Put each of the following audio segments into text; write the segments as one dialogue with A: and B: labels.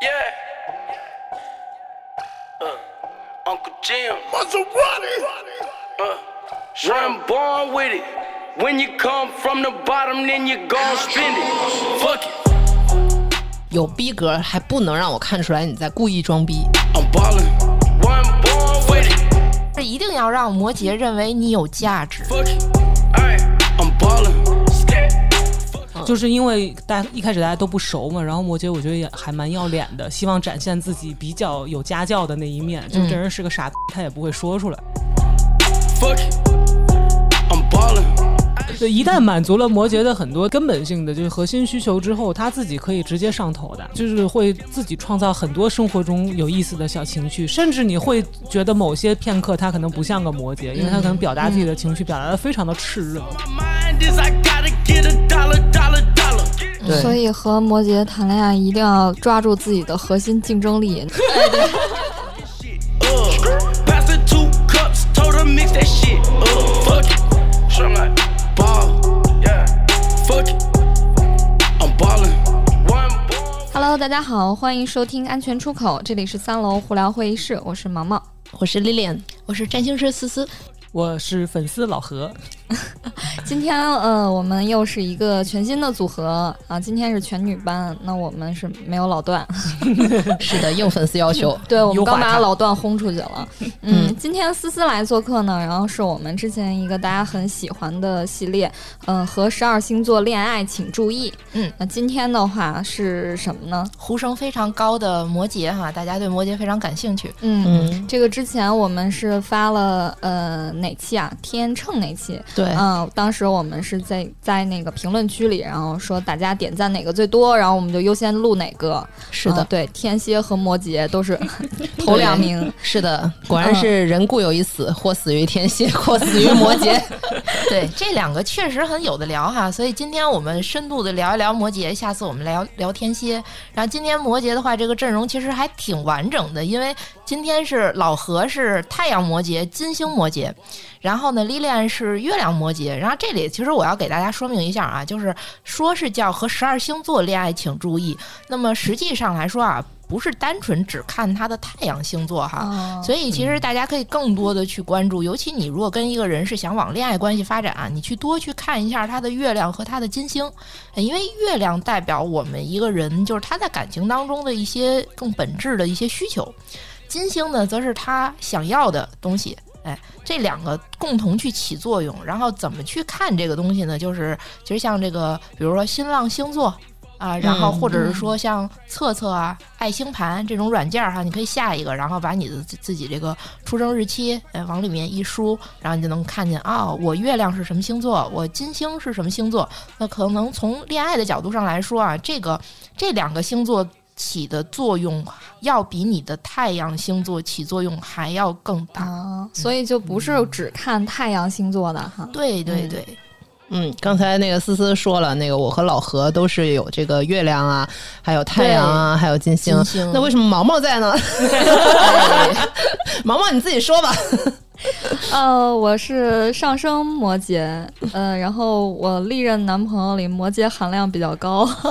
A: Yeah. Uh, Uncle Jim.
B: Maserati.
A: Uh, I'm born with it. When you come from the bottom, then you gon' spend it. Fuck it.
C: 有逼格还不能让我看出来你在故意装逼，
A: I'm ballin'. One born with it.
D: 这一定要让摩羯认为你有价值。
A: Fuck it. Ayy, I'm ballin'. Scat.
E: 就是因为大家一开始大家都不熟嘛，然后摩羯我觉得也还蛮要脸的，希望展现自己比较有家教的那一面。就这人是个傻逼，他也不会说出来。
A: Fuck it. I'm ballin'.
E: 对，一旦满足了摩羯的很多根本性的就是核心需求之后，他自己可以直接上头的，就是会自己创造很多生活中有意思的小情绪，甚至你会觉得某些片刻他可能不像个摩羯，因为他可能表达自己的情绪表达的非常的炽热。
A: My mind is I gotta get a dollar, dollar, dollar.
F: 所以和摩羯谈恋爱一定要抓住自己的核心竞争力。
A: Uh, pass the two cups, told her mix that shit. Uh, fuck it. So I'm like, ball. Yeah. Fuck it. I'm ballin'. One born
F: Hello，大家好，欢迎收听《安全出口》，这里是三楼胡聊会议室，我是毛毛。
C: 我是 Lilian，我是占星师思思，
E: 我是粉丝老何，
F: 今天呃，我们又是一个全新的组合啊，今天是全女班，那我们是没有老段，
C: 嗯是的，应粉丝要求，
F: 对我
E: 优
F: 们
E: 化
F: 刚把
E: 它
F: 老段轰出去了。嗯，今天思思来做客呢，然后是我们之前一个大家很喜欢的系列，嗯、和十二星座恋爱请注意。
D: 嗯，
F: 那今天的话是什么呢？
D: 呼声非常高的摩羯哈，大家对摩羯非常感兴趣。
F: 嗯。
C: 嗯，
F: 这个之前我们是发了呃哪期啊？天秤那期，
C: 对，
F: 嗯、当时我们是在在那个评论区里，然后说大家点赞哪个最多，然后我们就优先录哪个。
C: 是的
F: 嗯，对，天蝎和摩羯都是头两名。
C: 是的，果然是人固有一死，或死于 天蝎，或死于摩羯。
D: 对，这两个确实很有的聊哈，所以今天我们深度的聊一聊摩羯，下次我们聊聊天蝎。然后今天摩羯的话，这个阵容其实还挺完整的，因为今天是老何是太阳摩羯、金星摩羯，然后呢 l i 是月亮摩羯。然后这里其实我要给大家说明一下啊，就是说是叫和十二星座恋爱请注意，那么实际上来说啊，不是单纯只看它的太阳星座哈，
F: 哦
D: 所以其实大家可以更多的去关注，尤其你如果跟一个人是想往恋爱关系发展啊，你去多去看一下他的月亮和他的金星，呃因为月亮代表我们一个人就是他在感情当中的一些更本质的一些需求，金星呢则是他想要的东西。哎，这两个共同去起作用，然后怎么去看这个东西呢？就是其实像这个，比如说新浪星座啊，然后
C: 嗯
D: 或者是说像测测啊、爱星盘这种软件儿哈，你可以下一个，然后把你的自自己这个出生日期，哎，往里面一输，然后你就能看见啊、我月亮是什么星座，我金星是什么星座。那可能从恋爱的角度上来说啊，这个这两个星座起的作用，要比你的太阳星座起作用还要更大。
F: 啊，所以就不是只看太阳星座的哈。
D: 对对对，
C: 嗯，刚才那个思思说了，那个我和老何都是有这个月亮啊，还有太阳啊，还有金星。
D: 金星
C: 那为什么毛毛 在呢？哎 毛毛你自己说吧。
F: 呃，我是上升摩羯，呃，然后我历任男朋友里摩羯含量比较高。
D: 对，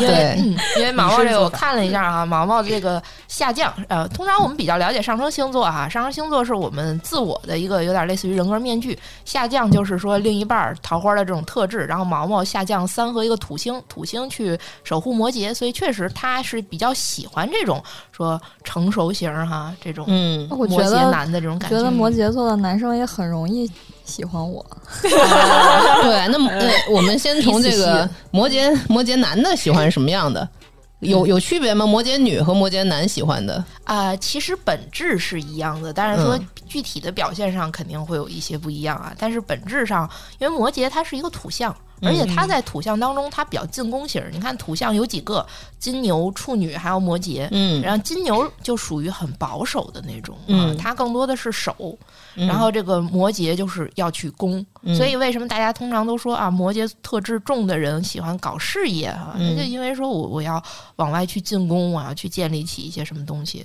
D: 因为
C: 对
D: 嗯因为毛毛这个我看了一下啊，毛毛这个下降，呃，通常我们比较了解上升星座哈、上升星座是我们自我的一个有点类似于人格面具，下降就是说另一半儿桃花的这种特质，然后毛毛下降三和一个土星，土星去守护摩羯，所以确实他是比较喜欢这种说成熟型儿哈、这种
C: 嗯，
F: 我觉
D: 摩羯
F: 得
D: 男的这种感嗯
F: 觉得摩羯座的男生也很容易喜欢我。
C: 对，那么呃我们先从这个摩羯摩羯男的喜欢什么样的？有有区别吗？摩羯女和摩羯男喜欢的，
D: 啊、其实本质是一样的，但是说
C: 嗯
D: 具体的表现上肯定会有一些不一样啊。但是本质上，因为摩羯它是一个土象，而且
C: 嗯
D: 它在土象当中它比较进攻型儿。你看土象有几个？金牛、处女还有摩羯。
C: 嗯，
D: 然后金牛就属于很保守的那种，
C: 嗯
D: 啊，它更多的是守，
C: 嗯
D: 然后这个摩羯就是要去攻，所以为什么大家通常都说啊，摩羯特质重的人喜欢搞事业啊？那、
C: 嗯
D: 就因为说我我要往外去进攻，我要去建立起一些什么东西。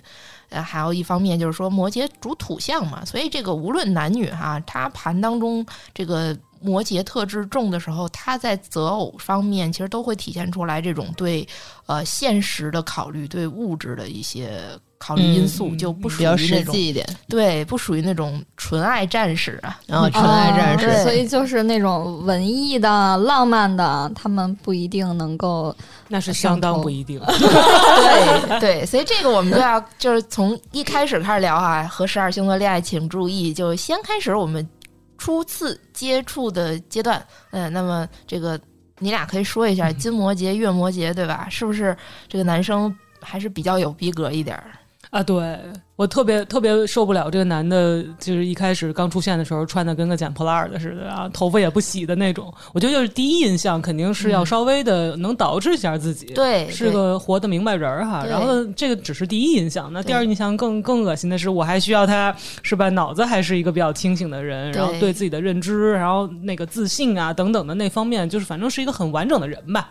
D: 呃，还有一方面就是说摩羯主土象嘛，所以这个无论男女哈、他盘当中这个摩羯特质重的时候，他在择偶方面其实都会体现出来这种对呃现实的考虑，对物质的一些考虑因素，
E: 嗯嗯
D: 就不属
C: 比较
D: 于那
C: 实
D: 种
C: 际一点，
D: 对，不属于那种纯爱战士啊。
C: 然后纯爱战士，
F: 哦所以就是那种文艺的、浪漫的，他们不一定能够
E: 那是相当不一定。
D: 对 对，所以这个我们就要就是从一开始开始聊啊，和十二星座恋爱请注意，就先开始我们初次接触的阶段。嗯，那么这个你俩可以说一
E: 嗯
D: 下金摩羯、月摩羯，对吧？是不是这个男生还是比较有逼格一点儿？
E: 啊，对我特别特别受不了这个男的，就是一开始刚出现的时候穿的跟个捡破烂儿的似的啊，头发也不洗的那种。我觉得就是第一印象肯定是要稍微的能捯饬一下自己，
D: 嗯对，
E: 是个活的明白人儿哈。
D: 对
E: 然后这个只是第一印象，那
D: 对
E: 第二印象更更恶心的是，我还需要他是吧，脑子还是一个比较清醒的人，
D: 对
E: 然后对自己的认知，然后那个自信啊等等的那方面，就是反正是一个很完整的人吧。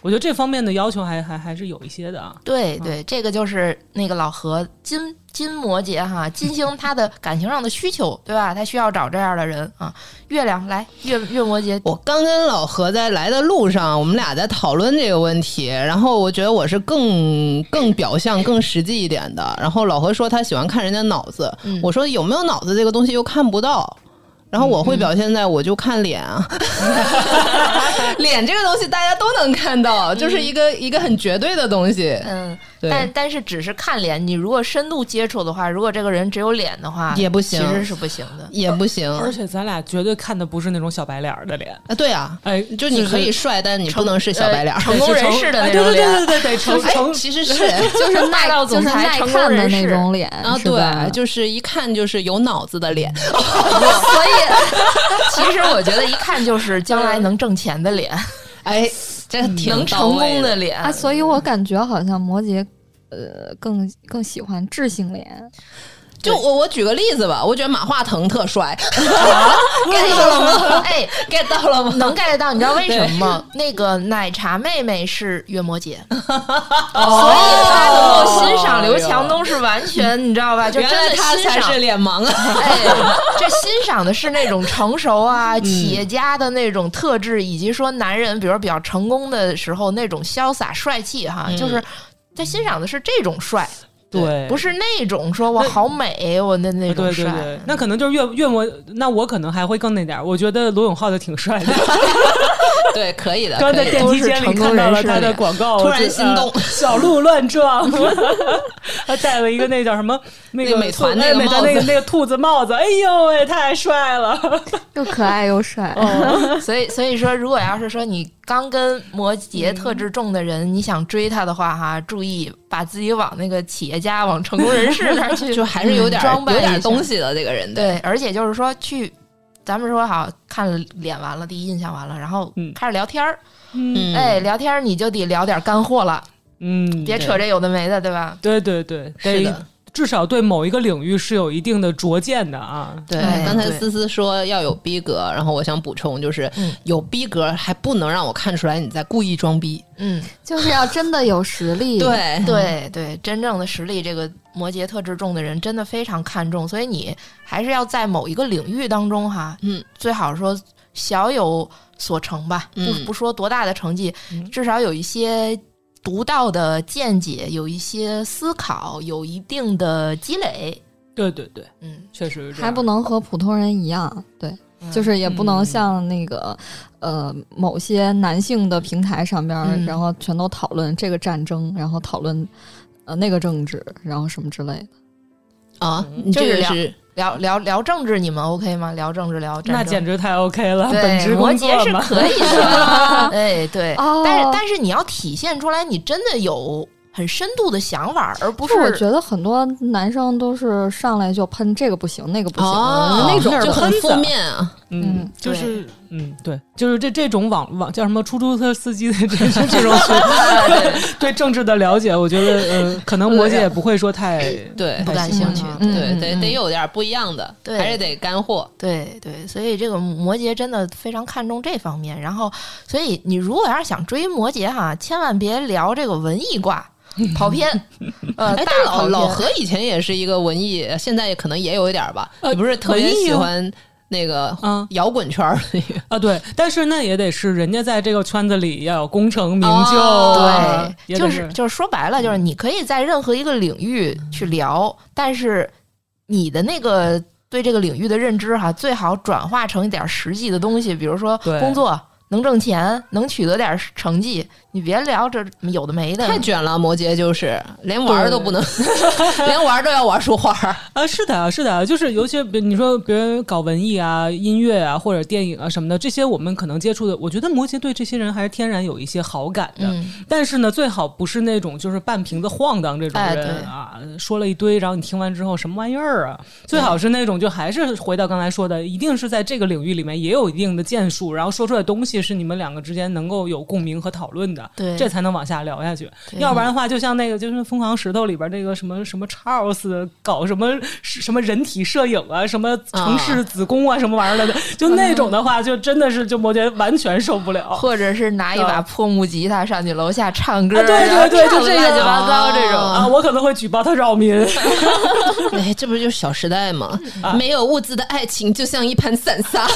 E: 我觉得这方面的要求还还还是有一些的啊。
D: 对对，这个就是那个老何金金摩羯哈，金星他的感情上的需求，对吧？他需要找这样的人啊。月亮来月月摩羯，
C: 我刚跟老何在来的路上，我们俩在讨论这个问题，然后我觉得我是更更表象、更实际一点的。然后老何说他喜欢看人家脑子，
D: 嗯
C: 我说有没有脑子这个东西又看不到。然后我会表现在我就看脸啊， 脸这个东西大家都能看到，就是一个、一个很绝对的东西。
D: 嗯，
C: 对
D: 但但是只是看脸，你如果深度接触的话，如果这个人只有脸的话，
C: 也不行
D: 其实是不行 的。
C: 也不行
E: 而且咱俩绝对看的不是那种小白脸儿的脸，
C: 啊，对啊，
E: 哎，
C: 就你可以帅，但你不能是小白脸儿。
D: 成功人士的
E: 哎
D: 那种
E: 对对
D: 脸，
E: 对对对对，成
C: 哎
E: 成，
C: 其实是
F: 就是
D: 霸
F: 耐
D: 道
F: 就
D: 总
F: 是
D: 裁
F: 耐
D: 成功
F: 看的
D: 人
F: 那
D: 士
F: 种脸
C: 啊，
F: 是吧
C: 对，就是一看就是有脑子的脸。
D: 所以其实我觉得一看就是将来能挣钱的脸，
C: 哎，这挺
D: 能成
C: 到位
D: 功
C: 的
D: 的脸
F: 啊，所以我感觉好像摩羯。呃，更更喜欢智性脸，
C: 就我我举个例子吧，我觉得马化腾特 帅
D: get 到了吗？哎，
C: ，get 到了吗？
D: 能 get 到，你知道为什么吗？那个奶茶妹妹是月摩羯，所以她能够欣赏刘强东是完全，你知道吧？就
C: 原
D: 真
C: 来
D: 的
C: 他
D: 欣
C: 才
D: 赏
C: 是。脸盲啊！
D: 哎，这欣赏的是那种成熟啊，
C: 嗯
D: 企业家的那种特质，以及说男人，比如说比较成功的时候那种潇洒帅气哈，
C: 嗯
D: 就是他欣赏的是这种帅，
E: 对，
D: 不是那种说我好美我的那
E: 对
D: 种
E: 对
D: 帅。
E: 对，那可能就是越越我，那我可能还会更那点儿。我觉得罗永浩的挺帅 的，
C: 对，可以的，
E: 刚在
C: 可以的
E: 电梯间里看到了他的广告，
C: 突
E: 我
C: 然
E: 觉得
C: 心动
E: 呃小鹿乱撞， 他戴了一个那叫 什么那个
C: 那美团
E: 兔
C: 那个
E: 哎美团
C: 帽子
E: 那个那个兔子帽子，哎呦喂，太帅了！
F: 又可爱又帅。
D: 所以，所以说，如果要是说你刚跟摩羯特质重的人，你想追他的话，哈，注意把自己往那个企业家、往成功人士那儿去，
C: 就还是有点
D: 嗯装扮
C: 有
D: 一下
C: 点东。西的这个人，，
D: 对，而且就是说去，咱们说好看了脸完了，第一印象完了，然后
E: 嗯
D: 开始聊天儿，
E: 嗯
C: 嗯
D: 哎，聊天儿你就得聊点干货了，
E: 嗯，
D: 别扯这有的没的，对吧？
E: 对对对，
C: 是
E: 得
C: 的。
E: 至少对某一个领域是有一定的拙见的啊。
C: 对，
D: 哎
C: 刚才
D: 对
C: 思思说要有逼格，然后我想补充就是
D: 嗯，
C: 有逼格还不能让我看出来你在故意装逼。
D: 嗯，
F: 就是要真的有实力。，
C: 对，
D: 对对，真正的实力，这个摩羯特质重的人真的非常看重，所以你还是要在某一个领域当中哈，
C: 嗯，
D: 最好说小有所成吧，
C: 嗯
D: 不不说多大的成绩，
E: 嗯
D: 至少有一些独到的见解，有一些思考，有一定的积累，
E: 对对对，
D: 嗯，
E: 确实是这样
F: 还不能和普通人一样。对，就是也不能像那个、呃某些男性的平台上边儿，
D: 嗯
F: 然后全都讨论这个战争，然后讨论呃那个政治，然后什么之类的。
C: 啊，你这
D: 就是
C: 个
D: 聊
C: 是
D: 聊聊聊政治，你们 OK 吗？聊政治，聊战
E: 那
D: 争
E: 简直太 OK 了，本
D: 对，
E: 职
D: 摩
E: 工
D: 羯
E: 作
D: 是
E: 嘛。
D: 可以 的，哎，对，
F: 哦
D: 但是但是你要体现出来，你真的有很深度的想法，而不
F: 不
D: 是
F: 我觉得很多男生都是上来就喷这个不行，那个不行，
C: 哦，
F: 那种
C: 就
F: 的
C: 很
E: 喷子
C: 负面啊，
E: 嗯
F: 嗯，
E: 就是嗯，对，就是这这种网网叫什么出租车司机的这这这种 对对政治的了解，我觉得呃，可能摩羯也不会说太
C: 对
D: 不感兴趣
F: 嗯
C: 对，
F: 嗯
C: 得得有点不一样的，
D: 对
C: 还是得干货。
D: 对对，所以这个摩羯真的非常看重这方面。然后，所以你如果要是想追摩羯哈，千万别聊这个文艺挂，跑 偏，呃，
C: 哎，
D: 大
C: 但
D: 跑偏
C: 老
D: 呃
C: 老何以前也是一个文艺，现在也可能也有一点吧。你不是特别喜欢那个
E: 嗯
C: 摇滚圈儿里。
E: 啊，对，但是那也得是人家在这个圈子里要有功成名就啊，
C: 哦
E: 也
D: 就
E: 得
D: 是就是说白了，就是你可以在任何一个领域去聊，但是你的那个对这个领域的认知哈，最好转化成一点实际的东西，比如说
E: 对
D: 工作能挣钱，能取得点成绩。你别聊这有的没的，
C: 太卷了，摩羯就是连玩儿都不能， 连玩儿都要玩出花 儿。
E: 啊，是的，是的，就是尤其比你说别人搞文艺啊、音乐啊或者电影啊什么的，这些我们可能接触的，我觉得摩羯对这些人还是天然有一些好感的。
D: 嗯，
E: 但是呢，最好不是那种就是半瓶子晃荡这种
D: 哎
E: 人
D: 对
E: 啊，说了一堆，然后你听完之后什么玩意儿啊？最好是那种就还是回到刚才说的，一定是在这个领域里面也有一定的建树，然后说出来的东西是你们两个之间能够有共鸣和讨论的，
D: 对
E: 这才能往下聊下去。
D: 对
E: 要不然的话，就像那个就是《疯狂石头》里边那个什么什么 Charles 搞什么什么人体摄影啊，什么城市子宫啊，什么玩意 儿的，就那种的话，就真的是就摩羯完全受不了。
D: 或者是拿一把
C: 啊
D: 破木吉他上去楼下唱歌，
E: 啊对对
D: 然后
E: 对就
D: 唱得
E: 这个
D: 乱七八糟这种。
E: 啊，我可能会举报他扰民。
C: 哎，这不就是《小时代》吗？
D: 啊
C: 没有物质的爱情就像一盘散沙。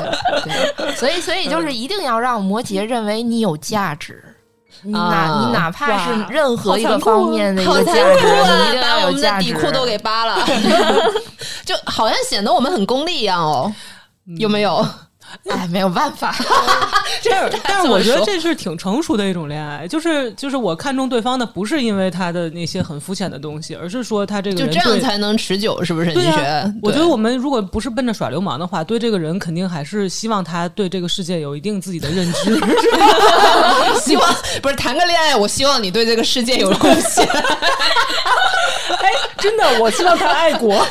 D: 所以，所以
C: 嗯
D: 就是一定要让摩羯认为你有价值。你哪、
C: 啊
D: 你哪怕是
E: 哇
D: 任何一个方面的一
C: 好
D: 个
C: 残
D: 价
C: 酷
D: 值，
C: 啊
D: 你一！定
C: 把
D: 要
C: 我
D: 有
C: 们的
D: 价值。
C: 底裤都给扒 了，就好像显得我们很功利一样哦，有没有？
D: 嗯哎，没有办法，
E: 但是，但是我觉
C: 这
E: 得
C: 么说
E: 这是挺成熟的一种恋爱，就是就是我看中对方的不是因为他的那些很肤浅的东西，而是说他这个
C: 就
E: 人
C: 这样
E: 对
C: 才能持久，是不是？你
E: 对
C: 觉
E: 啊
C: 得？，
E: 我觉
C: 对
E: 得我们如果不是奔着耍流氓的话，对这个人肯定还是希望他对这个世界有一定自己的认知。 是吧
C: 希望不是谈个恋爱，我希望你对这个世界有贡 献。
E: 哎，真的，我希望他爱国。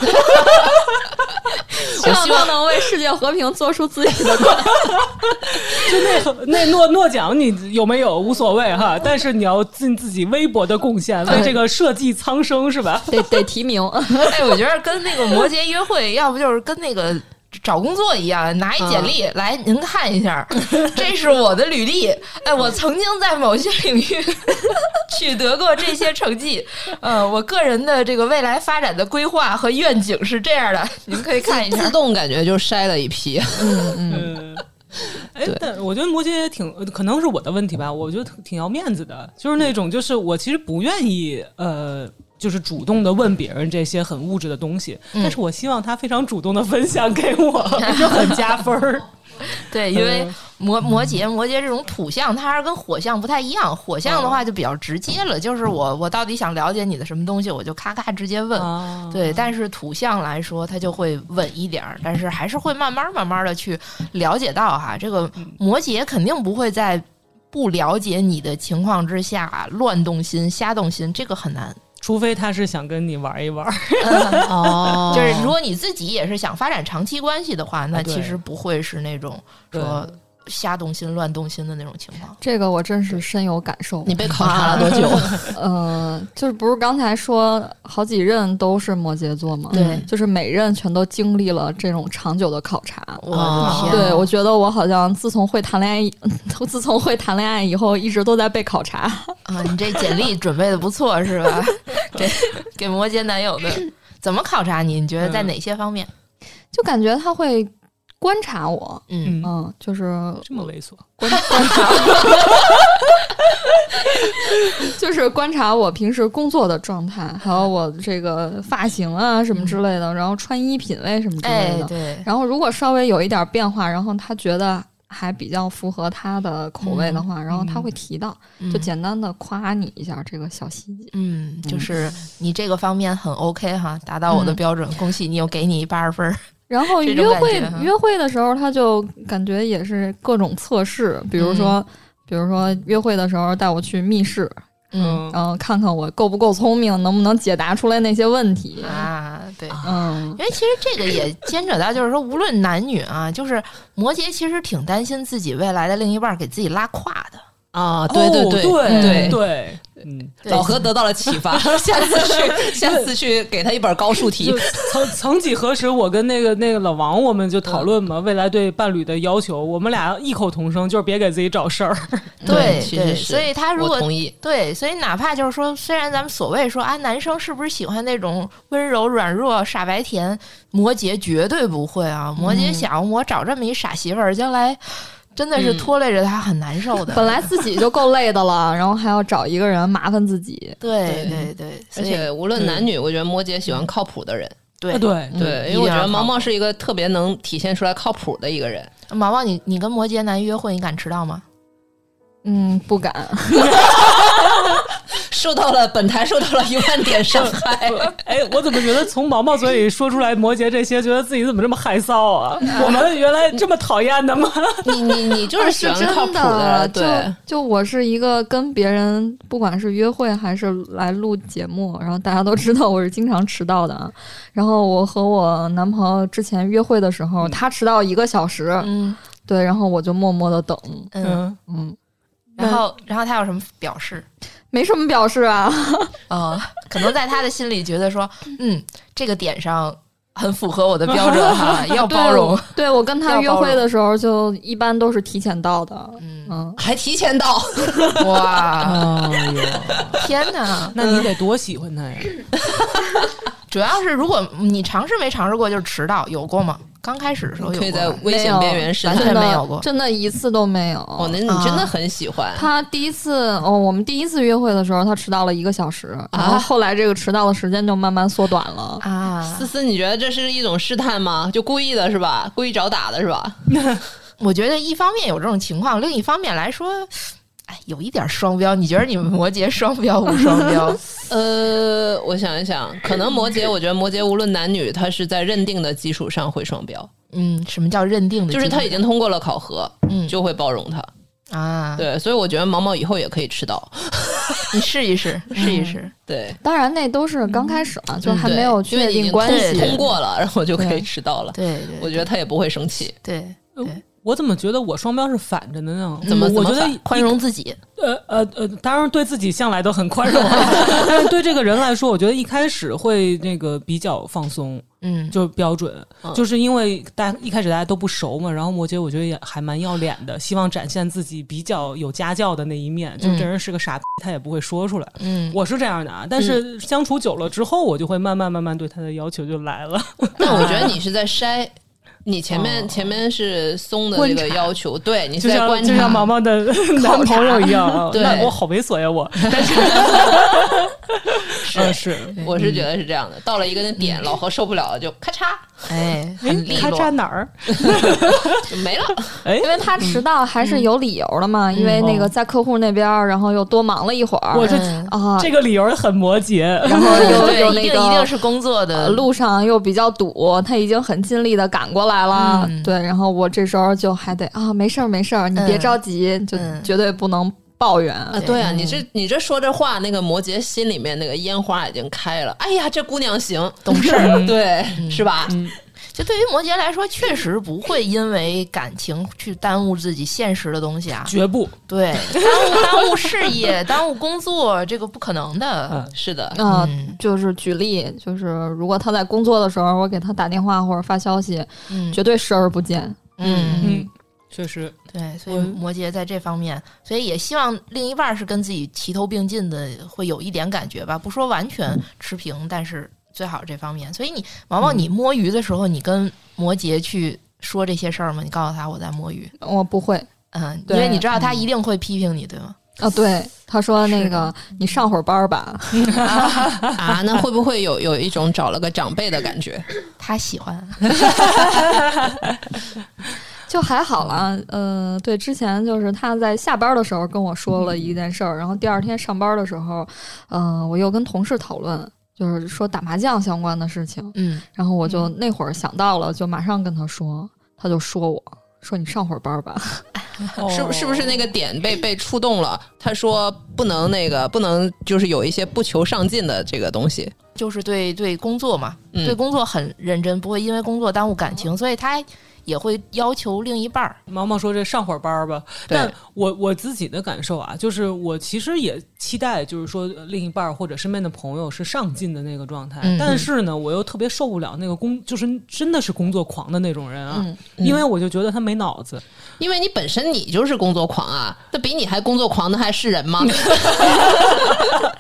F: 希望他能为世界和平做出自己的贡献。
E: 就那 那诺诺奖，你有没有无所谓哈，但是你要尽自己微薄的贡献，为这个社稷苍生是吧？
F: 得得提名，
D: 哎，我觉得跟那个摩羯约会，要不就是跟那个找工作一样，拿一简历、来，您看一下，这是我的履历。哎，我曾经在某些领域 取得过这些成绩。呃，我个人的这个未来发展的规划和愿景是这样的，您可以看一下
C: 自。动感觉就筛了一批，
E: 嗯，哎，但我觉得摩羯也挺，呃可能是我的问题吧。我觉得挺挺要面子的，就是那种，就是我其实不愿意，呃，就是主动的问别人这些很物质的东西，但是我希望他非常主动的分享给我， 就很加分儿。
D: 对，因为
E: 嗯
D: 摩摩羯摩羯这种土象，它还是跟火象不太一样。火象的话就比较直接了，就是我我到底想了解你的什么东西，我就咔咔直接问。
E: 啊，
D: 对，但是土象来说，它就会稳一点儿，但是还是会慢慢慢慢的去了解到哈。这个摩羯肯定不会在不了解你的情况之下乱动心、瞎动心，这个很难。
E: 除非他是想跟你玩一玩。
C: 哦
D: 就是如果你自己也是想发展长期关系的话，那
E: 对
D: 其实不会是那种说瞎动心、乱动心的那种情况。啊
F: 这个我真是深有感受。
C: 你被考察了多久？
F: 呃，就是不是刚才说好几任都是摩羯座吗？
D: 对
F: 就是每任全都经历了这种长久的考察。
D: 我
C: 啊
D: 的天，
F: 对，我觉得我好像自从会谈恋爱以， 自从会谈恋爱以后，一直都在被考察。
D: 啊，你这简历准备的不错是吧？ 这给摩羯男友的，怎么考察你？你觉得在哪些方面？
F: 就感觉他会观察我，
D: 嗯，
E: 嗯，
F: 嗯，就是
E: 这么猥琐，
F: 观观察，就是观察我平时工作的状态，还有我这个发型啊什么之类的，然后穿衣品味什么之
D: 嗯哎
F: 类，的。
D: 对，
F: 然后如果稍微有一点变化，然后他觉得。还比较符合他的口味的
D: 嗯
F: 话，然后他会提到，就简单的夸你一下这个小细节。
D: 嗯，就是你这个方面很 OK 哈，达到我的标准，恭喜你，又给你八十分儿。
F: 然后
D: 这种
F: 约
D: 感
F: 会
D: 觉哈
F: 约会的时候，他就感觉也是各种测试，比
D: 嗯
F: 如说，比如说约会的时候带我去密室，
D: 嗯
F: 然后看看我够不够聪明，能不能解答出来那些问题。
D: 啊，对。
F: 嗯
D: 因，为其实这个也牵扯到，就是说，无论男女啊，就是摩羯其实挺担心自己未来的另一半给自己拉胯的。
C: 啊，对对
E: 哦对
F: 嗯
E: 对，嗯，
D: 对
G: 老何得到了启 发，下次去， 下次去给他一本高数题
E: 就。曾曾几何时，我跟那个那个老王，我们就讨论嘛，未来对伴侣的要求，我们俩异口同声，就是别给自己找事儿。
D: 对
G: 嗯其
D: 对，
G: 实是
D: 所以他如
G: 我
D: 果
G: 同意，
D: 对，所以哪怕就是说，虽然咱们所谓说啊，男生是不是喜欢那种温柔、软弱、傻白甜？摩羯绝对不会啊！摩羯想，我找这么一傻媳妇儿，将来真的是拖累着他，很难受的。
F: 本来自己就够累的了，然后还要找一个人麻烦自己。
D: 对对对，所
C: 而
D: 以嗯
C: 且无论男女，我觉得摩羯喜欢靠谱的人。
D: 对
E: 对
D: 嗯
C: 对，因为
D: 一
C: 我
D: 定
C: 觉
D: 要
C: 得毛
D: 靠
C: 毛是一个特别能体现出来靠谱的一个人。
D: 谱毛毛，你你跟摩羯男约会，你敢迟到吗？
F: 嗯，不敢。
G: 受到了本台受到 了一万点伤害。
E: 哎，我怎么觉得从毛毛嘴里说出来摩羯这些，觉得自己怎么这么害臊啊？我们原来这么讨厌的吗？
C: 你你 你就是喜
F: 是
C: 欢靠
F: 真
C: 谱人
F: 就
C: 对。
F: 就我是一个跟别人，不管是约会还是来录节目，然后大家都知道我是经常迟到的啊。然后我和我男朋友之前约会的时候，他迟到一个小时，
D: 嗯
F: 对，然后我就默默的等，
D: 嗯。
F: 嗯，
D: 然后然后他有什么表示？
F: 没什么表示啊。
D: 呃， 可能在他的心里觉得说，嗯，这个点上很符合我的标准哈，要 包容。
F: 对，对我跟他
D: 要
F: 约
D: 包
F: 会
D: 容
F: 的时候，就一般都是提前到的。
D: 嗯，
F: 嗯，
G: 还提前 到，
D: 哇，
E: 哎呦，
D: 天哪！
E: 那你得多喜欢他呀！
D: 主要是如果你尝试没尝试过，就是迟到有过吗？刚开始的时候有
G: 可以
D: 过
G: 在
D: 吗
G: 危险边缘时
D: 完
G: 刻。
D: 全
F: 真的
D: 哎没有啊过
F: 真的一次都没有。
G: 哦，那你真的很喜欢，
F: 他第一次哦，我们第一次约会的时候，他迟到了一个小时，然后后来这个迟到的时间就慢慢缩短了。
D: 啊
C: 思！思，你觉得这是一种试探吗？就故意的是吧？故意找打的是吧？
D: 我觉得一方面有这种情况，另一方面来说。哎，有一点双标，你觉得你们摩羯双标无双标？
C: 呃，我想一想，可能摩羯，我觉得摩羯无论男女，他是在认定的基础上会双标，
D: 嗯，什么叫认定的
C: 就
D: 基础？
C: 是他已经通过了考核，
D: 嗯
C: 就会包容他。
D: 啊，
C: 对，所以我觉得毛毛以后也可以吃到。
D: 你试一 试，试一试。
C: 对，
F: 当然，那都是刚开始
D: 嗯
F: 啊嘛，就还
C: 对
F: 没有
C: 因
F: 确
C: 为你已
F: 定
C: 经
F: 关系。
C: 通过了，然后就可以吃到了。
D: 对对，
C: 我觉得他也不会生气。
D: 对对，
E: 我怎么觉得我双标是反着的呢？
D: 嗯
C: 怎么
E: 我
C: 怎么
E: 觉得
C: 反
D: 宽容自己。
E: 呃呃呃，当然对自己向来都很宽容啊， 但是对这个人来说，我觉得一开始会那个比较放松，
D: 嗯，
E: 就是标准，就是因为大家一开始大家都不熟嘛，然后摩羯我觉得也还蛮要脸的，希望展现自己比较有家教的那一面，就这人是个傻逼，他也不会说出来。
D: 嗯，
E: 我是这样的啊，但是相处久了之后，我就会慢慢慢慢对他的要求就来了。
C: 但我觉得你是在 筛，你前面、前面是松的这个要求，对你是
E: 就
C: 在
E: 像
C: 观
E: 就像毛
C: 察。
E: 毛的男朋友一样啊，
C: 对
E: 那我好猥琐呀，我，但是，呃是，
C: 我是觉得是这样的，到了一个点，老何受不了了，就咔嚓
D: 哎，很利
E: 他站
D: 落。
E: 哪儿？
C: 就没了。
E: 哎
F: 因，为他迟到还是有理由的嘛，
D: 嗯
F: 因为那个在客户那边，然后又多忙了一会儿
E: 我这
F: 啊，
E: 这个理由很摩羯，
F: 然后又
D: 对，
F: 有
D: 一
F: 那
D: 定一定
F: 个
D: 是工作
F: 呃
D: 的
F: 路上又比较堵，他已经很尽力的赶过来了，
D: 嗯
F: 对，然后我这时候就还得啊，没事儿没事儿，你别
D: 嗯
F: 着急，就
D: 嗯
F: 绝对不能抱怨。
C: 啊， 对啊，你这你这说这话，那个摩羯心里面那个烟花已经开了。哎呀，这姑娘行，懂事儿， 嗯对，是吧？
D: 就对于摩羯来说，确实不会因为感情去耽误自己现实的东西啊，
E: 绝不，
D: 对，耽误耽误事业，耽误工作，这个不可能的。
C: 是的，
F: 啊、
D: 嗯
F: 就是举例，就是如果他在工作的时候，我给他打电话或者发消息，
D: 嗯
F: 绝对视而不见。
D: 嗯，
E: 嗯，确实，
D: 对，所以摩羯在这方面，所以也希望另一半是跟自己齐头并进的，会有一点感觉吧，不说完全持平，但是最好这方面。所以你往往你摸鱼的时候，你跟摩羯去说这些事儿吗？你告诉他我在摸鱼，
F: 我不会
D: 嗯，因
F: 对
D: 为你知道他一定会批评你，对吗？
F: 啊，对，他说那个你上会儿班儿吧，
C: 啊，那会不会有有一种找了个长辈的感 觉？
D: 他喜欢，
F: 就还好啦。呃，对，之前就是他在下班的时候跟我说了一件事儿，然后第二天上班的时候，嗯、我又跟同事讨论，就是说打麻将相关的事情，
D: 嗯，
F: 然后我就那会儿想到了，就马上跟他说，他就说我说你上会儿班儿吧。
E: 哦
C: 是不是不是那个点被被触动了？他说不能那个不能，就是有一些不求上进的这个东西。
D: 就是对对工作嘛，
C: 嗯
D: 对工作很认真，不会因为工作耽误感情，所以他也会要求另一半儿。
E: 毛毛说这上会儿班儿吧，
C: 对
E: 但我我自己的感受啊，就是我其实也期待，就是说呃另一半儿或者身边的朋友是上进的那个状态，
D: 嗯
E: 但是呢，我又特别受不了那个工，就是真的是工作狂的那种人啊，
C: 嗯
E: 因为我就觉得他没脑子。
C: 因为你本身你就是工作狂啊，那比你还工作狂的还是人吗？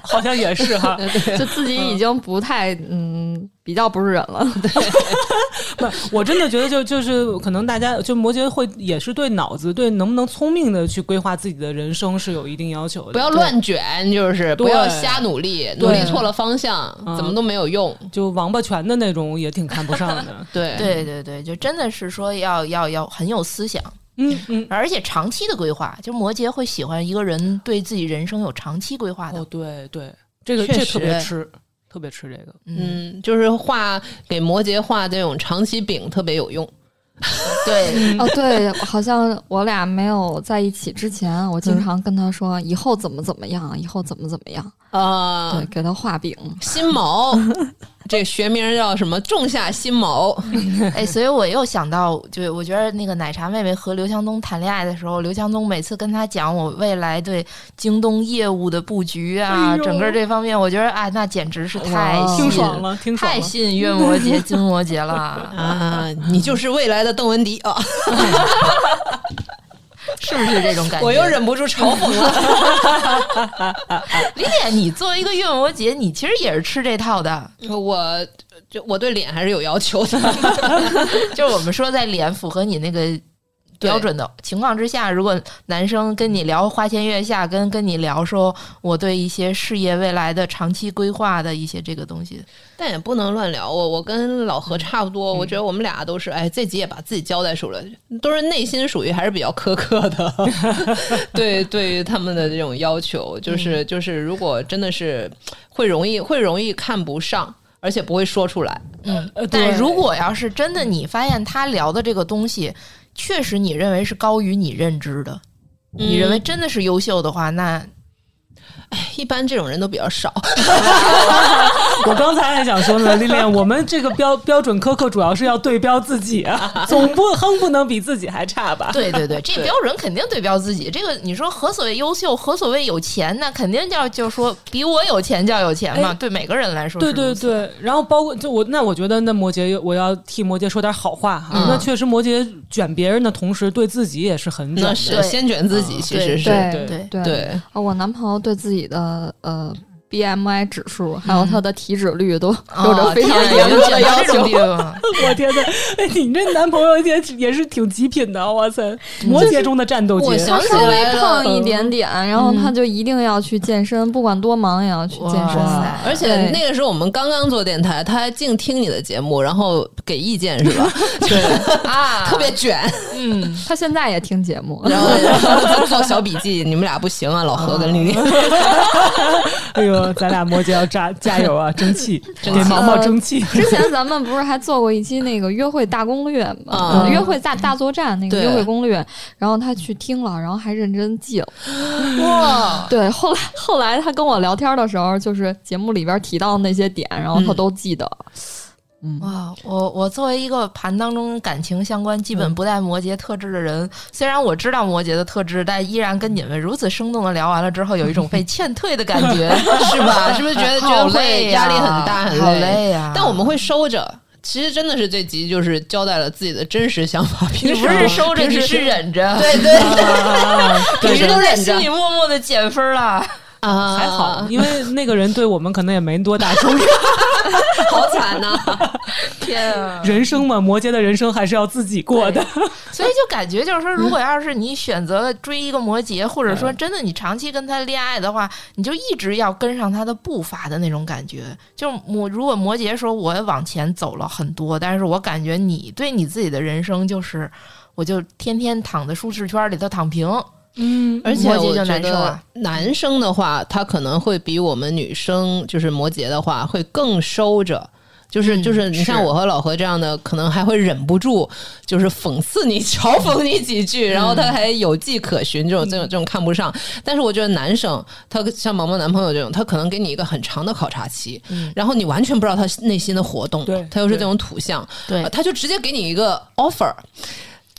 E: 好像也是哈，
F: 就自己已经不太嗯，比较不是人了。
E: 不，我真的觉得就就是可能大家就摩羯会也是对脑子对能不能聪明的去规划自己的人生是有一定要求的，
C: 不要乱卷，就是
E: 对
C: 不要瞎努力，努力错了方向，
E: 嗯
C: 怎么都没有用。。
E: 就王八拳的那种也挺看不上的
C: 对，
D: 对对对，就真的是说要要要很有思想，
E: 嗯嗯，
D: 而且长期的规划，就摩羯会喜欢一个人对自己人生有长期规划的。
E: 哦对对，这个
C: 确
E: 这
C: 实
E: 特别吃，特别吃这个。
D: 嗯，
C: 嗯，就是画给摩羯画这种长期饼特别有用。
D: 对，
F: 哦，对，好像我俩没有在一起之前，我经常跟他说以后怎么怎么样，以后怎么怎么样，
C: 啊
F: 对，，给他画饼。
C: 辛卯，这学名叫什么？仲夏辛卯。
D: 哎，所以我又想到，就我觉得那个奶茶妹妹和刘强东谈恋爱的时候，刘强东每次跟她讲我未来对京东业务的布局啊，
E: 哎呦
D: 整个这方面，我觉得啊，那简直是太
C: 嗯
F: 哇
D: 吸
E: 听
D: 引
E: 爽了，嗯听爽
D: 太
E: 了。
D: 吸引月摩羯、金摩羯 了，
C: 啊，你就是未来的邓文迪啊！
D: 是不是这种感觉？
C: 我又忍不住嘲讽了。
D: 李脸，你作为一个月摩羯，你其实也是吃这套的。
C: 我就我对脸还是有要求的。
D: 就是我们说，在脸符合你那个标准的情况之下，如果男生跟你聊花前月下，跟跟你聊说我对一些事业未来的长期规划的一些这个东西，
C: 但也不能乱聊。我我跟老何差不多，我觉得我们俩都是，哎，这集也把自己交代出来，都是内心属于还是比较苛刻的。对，对于他们的这种要求，就是就是，如果真的是会容易会容易看不上，而且不会说出来。
D: 嗯
E: 呃，
D: 但
E: 对
D: 如果要是真的，你发现他聊的这个东西，确实你认为是高于你认知的，
E: 嗯
D: 你认
C: 嗯
D: 为真的是优秀的话， 那
C: 哎一般这种人都比较少。
E: 我刚才还想说呢，丽 丽，我们这个标标准苛刻，主要是要对标自己 啊，总不哼不能比自己还差吧？
D: 对对对，这标准肯定对标自己。这个你说何所谓优秀，何所谓有钱那肯定叫就说比我有钱叫有钱嘛。
E: 哎
D: 对每个人来说是
E: 对
D: 如此，
E: 对对，然后包括就我那我觉得那摩羯，我要替摩羯说点好话哈。
D: 嗯
E: 那确实摩羯卷别人的同时，对自己也是很卷
C: 那
E: 的。
C: 是
D: 对
C: 先卷自己，其实是
E: 对
F: 对
D: 对
F: 对
C: 对。
F: 啊，我男朋友对自己的呃 BMI 指数还有他的体脂率都
D: 哦
F: 有着非常严格的要
D: 这种
F: 求
D: 地。 方，
E: 我天呐，哎，你这男朋友也也是挺极品的，哇塞，摩羯中的战斗
C: 我
E: 杰
C: 想
F: 他
C: 起
F: 稍微
C: 来了
F: 胖一点点，然后他就一定要去健身，不管多忙也要去健身。
D: 哇塞
C: 而且那个时候我们刚刚做电台，他还净听你的节目，然后给意见是吧？
D: 啊，
C: 特别卷，
D: 嗯，
F: 他现在也听节目，
C: 然 后然后做小笔记，你们俩不行啊，老何跟丽丽。
D: 嗯
E: 哎呦，咱俩摩羯要加加油啊， 争气，给毛毛争气。
F: 之 前咱们不是还做过一期那个约会大攻略吗？呃
C: 啊
F: 约会大大作战那个
C: 对
F: 约会攻略，然后他去听了，然后还认真记了。
D: 哇，
F: 对，后来后来他跟我聊天的时候，就是节目里边提到那些点，然后他都记得。
D: 哇，我我作为一个盘当中感情相关基
F: 嗯
D: 本不带摩羯特质的人，虽然我知道摩羯的特质，但依然跟你们如此生动的聊完了之后，有一 种被劝退的感觉，是 吧？
C: 是不是觉得觉
D: 好
C: 得会
D: 累呀，
C: 压力很大很
D: 好
C: 累
D: 累呀、
C: 但我们会收着。其实真的是这集就是交代了自己的真实想法，
D: 你
C: 平时
D: 不是收着，
C: 平
D: 你
C: 时
D: 是忍着，
C: 对对
E: 啊
C: 对
D: 你是
C: 对
D: 都在
C: 忍
D: 心
C: 着
D: 里默默的减分了。
C: 啊，
E: 还好，呃因为那个人对我们可能也没多 大冲击。
C: 好惨呐、
D: 天啊！
E: 人生嘛，摩羯的人生还是要自己过的。
D: 所以就感觉就是说，如果要是你选择了追一个摩羯，或者说真的你长期跟他恋爱的话，你就一直要跟上他的步伐的那种感觉。就是我如果摩羯说我往前走了很多，但是我感觉你对你自己的人生就是，我就天天躺在舒适圈里头躺平。
E: 嗯，
C: 而且
D: 摩羯
C: 我
D: 就
C: 觉
D: 难受
C: 得
D: 啊
C: 男生的话，他可能会比我们女生，就是摩羯的话，会更收着。就是
D: 嗯
C: 就是，你像
D: 是
C: 我和老何这样的，可能还会忍不住就是讽刺你、嘲讽你几
D: 嗯
C: 句，然后他还有迹可循，这种这种这种看不上。但是我觉得男生，他像毛毛男朋友这种，他可能给你一个很长的考察期，
D: 嗯
C: 然后你完全不知道他内心的活动，
E: 对
C: 他又是这种土象，
D: 对
C: 呃他就直接给你一个 offer。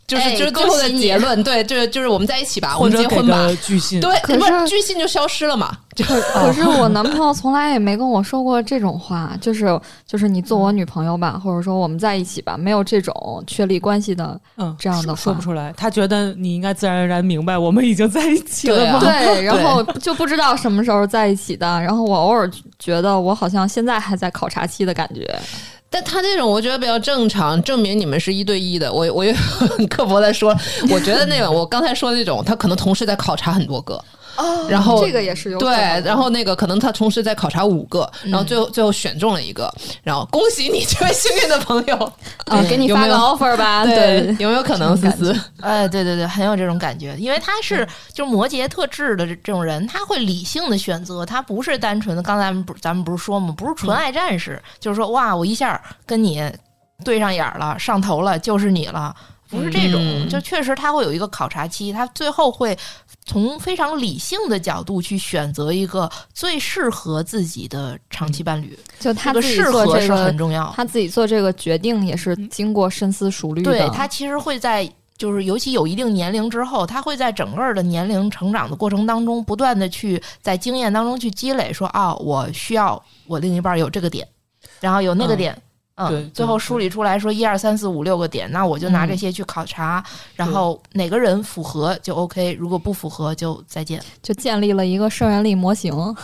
C: 就是
D: 哎
C: 就是最后的
D: 恭喜你
C: 结论，对，就是就是我们在一起吧，我
E: 或
C: 们
E: 者
C: 结
E: 给
C: 婚吧，
E: 个巨信，
C: 对，
F: 可
C: 不
F: 是
C: 巨信就消失了嘛？就
F: 可哦可是我男朋友从来也没跟我说过这种话，就是就是你做我女朋友吧，或者说我们在一起吧，没有这种确立关系的。
E: 嗯，
F: 这样的
E: 说说
F: 话
E: 不出来，他觉得你应该自然而然明白我们已经在一起了
C: 对啊
E: 嘛。
F: 对，然后就不知道什么时候在一起的。然后我偶尔觉得我好像现在还在考察期的感觉。
C: 但他这种我觉得比较正常，证明你们是一对一的。我我也很刻薄的 说，我觉得那种我刚才说的那种，他可能同时在考察很多个，
F: 哦
C: 然后
F: 这个也是有
C: 对
F: 可能，的嗯
C: 然后那个可能他同时在考察五个，然后最后最后选中了一个，然后恭喜你这位幸运的朋友，
F: 啊，给你
C: 有
F: 发
C: 没
F: 个
C: 有
F: offer 吧。对，
C: 有没有可能思思？
D: 哎，对对对，很有这种感觉，因为他是
F: 嗯
D: 就是摩羯特质的这这种人，他会理性的选择，他不是单纯的。刚才咱们不咱们不是说嘛，不是
F: 嗯
D: 纯爱战士，就是说哇，我一下跟你对上眼儿了，上头了，就是你了，不是这种。
C: 嗯
D: 就确实他会有一个考察期，他最后会从非常理性的角度去选择一个最适合自己的长期伴侣，
F: 就嗯他
D: 这个
F: 自己
D: 适
F: 做
D: 合
F: 这
D: 是
F: 个
D: 很，重要。
F: 他自己做这个决定也是经过深思熟虑的。
D: 对他其实会在就是尤其有一定年龄之后，他会在整个的年龄成长的过程当中，不断的去在经验当中去积累说，啊，我需要我另一半有这个点，然后有那个点。嗯
E: 对对嗯
D: 最后梳理出来说一二三四五六个点，那我就拿这些去考察，然后哪个人符合就 OK，如果不符合就再见。
F: 就建立了一个胜任力模型。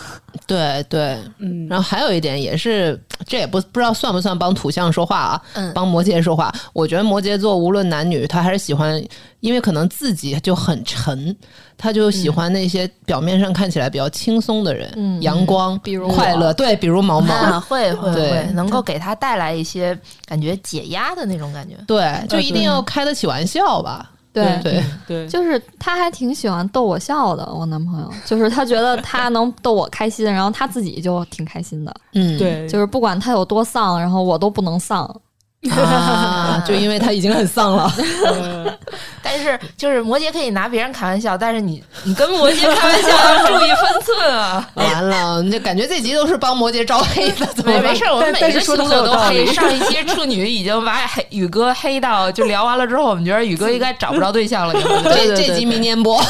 C: 对对，
E: 嗯，
C: 然后还有一点也是，这也不不知道算不算帮土象说话啊，
D: 嗯
C: 帮摩羯说话。我觉得摩羯座无论男女，他还是喜欢，因为可能自己就很沉，他就喜欢那些表面上看起来比较轻松的人，
F: 嗯
C: 阳光、
F: 比如
C: 快乐，对，比如毛毛。
D: 啊， 会会
C: 对
D: 会，能够给他带来一些感觉解压的那种感觉。
C: 对，就一定
E: 对
C: 要开得起玩笑吧。
D: 嗯
C: 对对，
E: 对，
F: 就是他还挺喜欢逗我笑的，我男朋 友，就是他觉得他能逗我开心，然后他自己就挺开心的，
C: 嗯，
E: 对，
F: 就是不管他有多丧，然后我都不能丧。
C: 啊，就因为他已经很丧 了。。
E: 呃
D: 但是就是摩羯可以拿别人开玩笑，但是你你跟摩羯开玩笑要注意分寸啊
C: 完了，你就感觉这集都是帮摩羯招黑的， 怎么
D: 没
C: 办
D: 没事，我们
E: 但
D: 每
E: 但
D: 一个
E: 是说
D: 星
E: 得
D: 座
E: 很有
D: 都
E: 道
D: 黑。上
E: 理
D: 一 期处女已经把黑宇哥黑到，就聊完了之后，我们觉得宇哥应该找不着对 象了。对
C: 这这集明年播。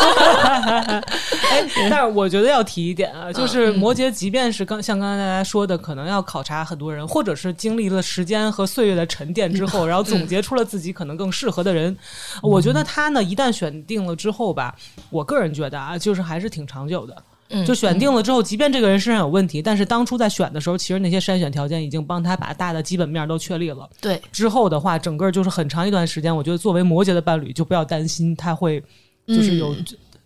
E: 哎， 但是我觉得要提一点啊，就是摩羯，即便是刚像刚才大家说的，可能要考察很多人，或者是经历了时间和岁月的沉淀之后，然后总结出了自己可能更适合的人。我觉得他呢，一旦选定了之后吧，我个人觉得啊，就是还是挺长久的。就选定了之后，即便这个人身上有问题，但是当初在选的时候，其实那些筛选条件已经帮他把大的基本面都确立了。
D: 对，
E: 之后的话，整个就是很长一段时间，我觉得作为摩羯的伴侣，就不要担心他会就是有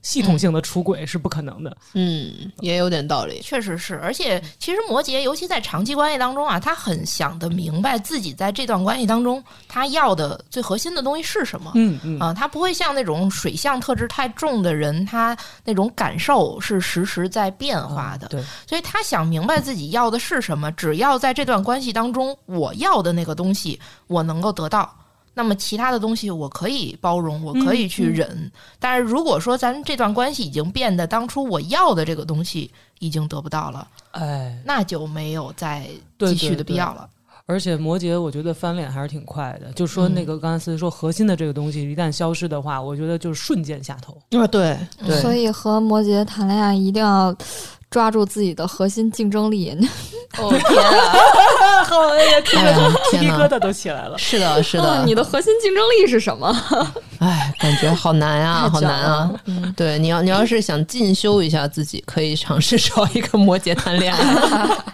E: 系统性的出轨是不可能的。
C: 嗯，也有点道理。
D: 确实是，而且其实摩羯，尤其在长期关系当中啊，他很想的明白自己在这段关系当中他要的最核心的东西是什么。
E: 嗯嗯
D: 啊、他不会像那种水象特质太重的人，他那种感受是时时在变化的。
E: 对，
D: 所以他想明白自己要的是什么，只要在这段关系当中，我要的那个东西我能够得到，那么其他的东西我可以包容，
E: 嗯
D: 我可以去忍。但是如果说咱这段关系已经变得当初我要的这个东西已经得不到了，
E: 哎，
D: 那就没有再
E: 对
D: 继
E: 对
D: 续的必
E: 对
D: 要了。
E: 而且摩羯，我觉得翻脸还是挺快的。就说那个刚才思思说核心的这个东西一旦消失的话，我觉得就是瞬间下头。
C: 啊，对对，
F: 所以和摩羯谈恋爱一定要抓住自己的核心竞争力。
D: 哦天啊！
E: 好，哎呀，
C: 哎呀，
E: 鸡皮
C: 天
E: 疙
C: 哪！
E: 瘩都起来了。
C: 是的，是的，
F: 哦你的核心竞争力是什么？
C: 哎，感觉好难啊，
F: 太
C: 好
F: 卷
C: 难啊
F: 了！
C: 对，你要你要是想进修一下自己，可以尝试找一个摩羯谈恋爱。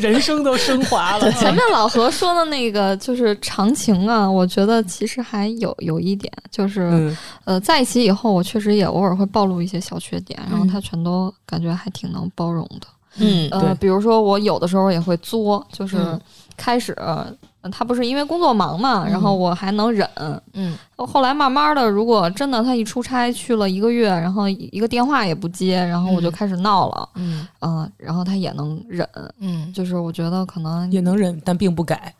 E: 人生都升华 了。
F: 前面老何说的那个就是长情啊，我觉得其实还有有一点，就是、
E: 嗯，
F: 呃，在一起以后，我确实也偶尔会暴露一些小缺点，然后他全都感觉还挺能包容的。
C: 嗯
E: 对
F: 呃，比如说我有的时候也会作，就是
D: 嗯
F: 开始、呃他不是因为工作忙嘛，然后我还能忍。
D: 嗯，
F: 后来慢慢的，如果真的他一出差去了一个月，然后一个电话也不接，然后我就开始闹了，
D: 嗯
F: 嗯、然后他也能忍。
D: 嗯，
F: 就是我觉得可能
E: 嗯也能忍，但并不改。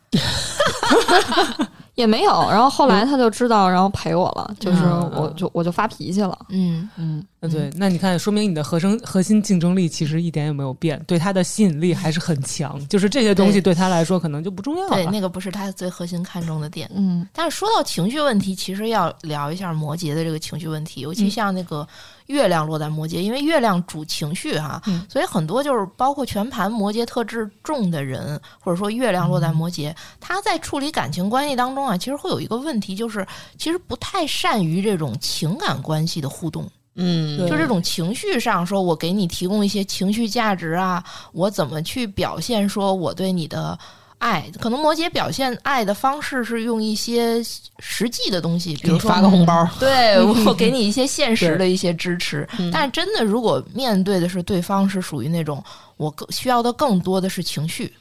F: 也没有，然后后来他就知道，然后陪我了，就是
E: 嗯
F: 我就我就发脾气了，
D: 嗯
F: 嗯，
E: 那对，那你看，说明你的核心核心竞争力其实一点也没有变，对他的吸引力还是很强。就是这些东西对他来说可能就不重要
D: 对，
E: 了。
D: 那个不是他最核心看重的点。
F: 嗯，
D: 但是说到情绪问题，其实要聊一下摩羯的这个情绪问题，尤其像那个月亮落在摩羯，因为月亮主情绪哈、
E: 嗯
D: 所以很多就是包括全盘摩羯特质重的人，或者说月亮落在摩羯，他在处理感情关系当中啊，其实会有一个问题，就是其实不太善于这种情感关系的互动。
C: 嗯，
E: 对
D: 就这种情绪上，说我给你提供一些情绪价值啊，我怎么去表现说我对你的爱？可能摩羯表现爱的方式是用一些实际的东西，比
C: 给
D: 如
C: 你
D: 说嗯
C: 发个红包，
D: 对我给你一些现实的一些支持
C: 嗯。
D: 但是真的，如果面对的是对方是属于那种我更需要的更多的是情绪，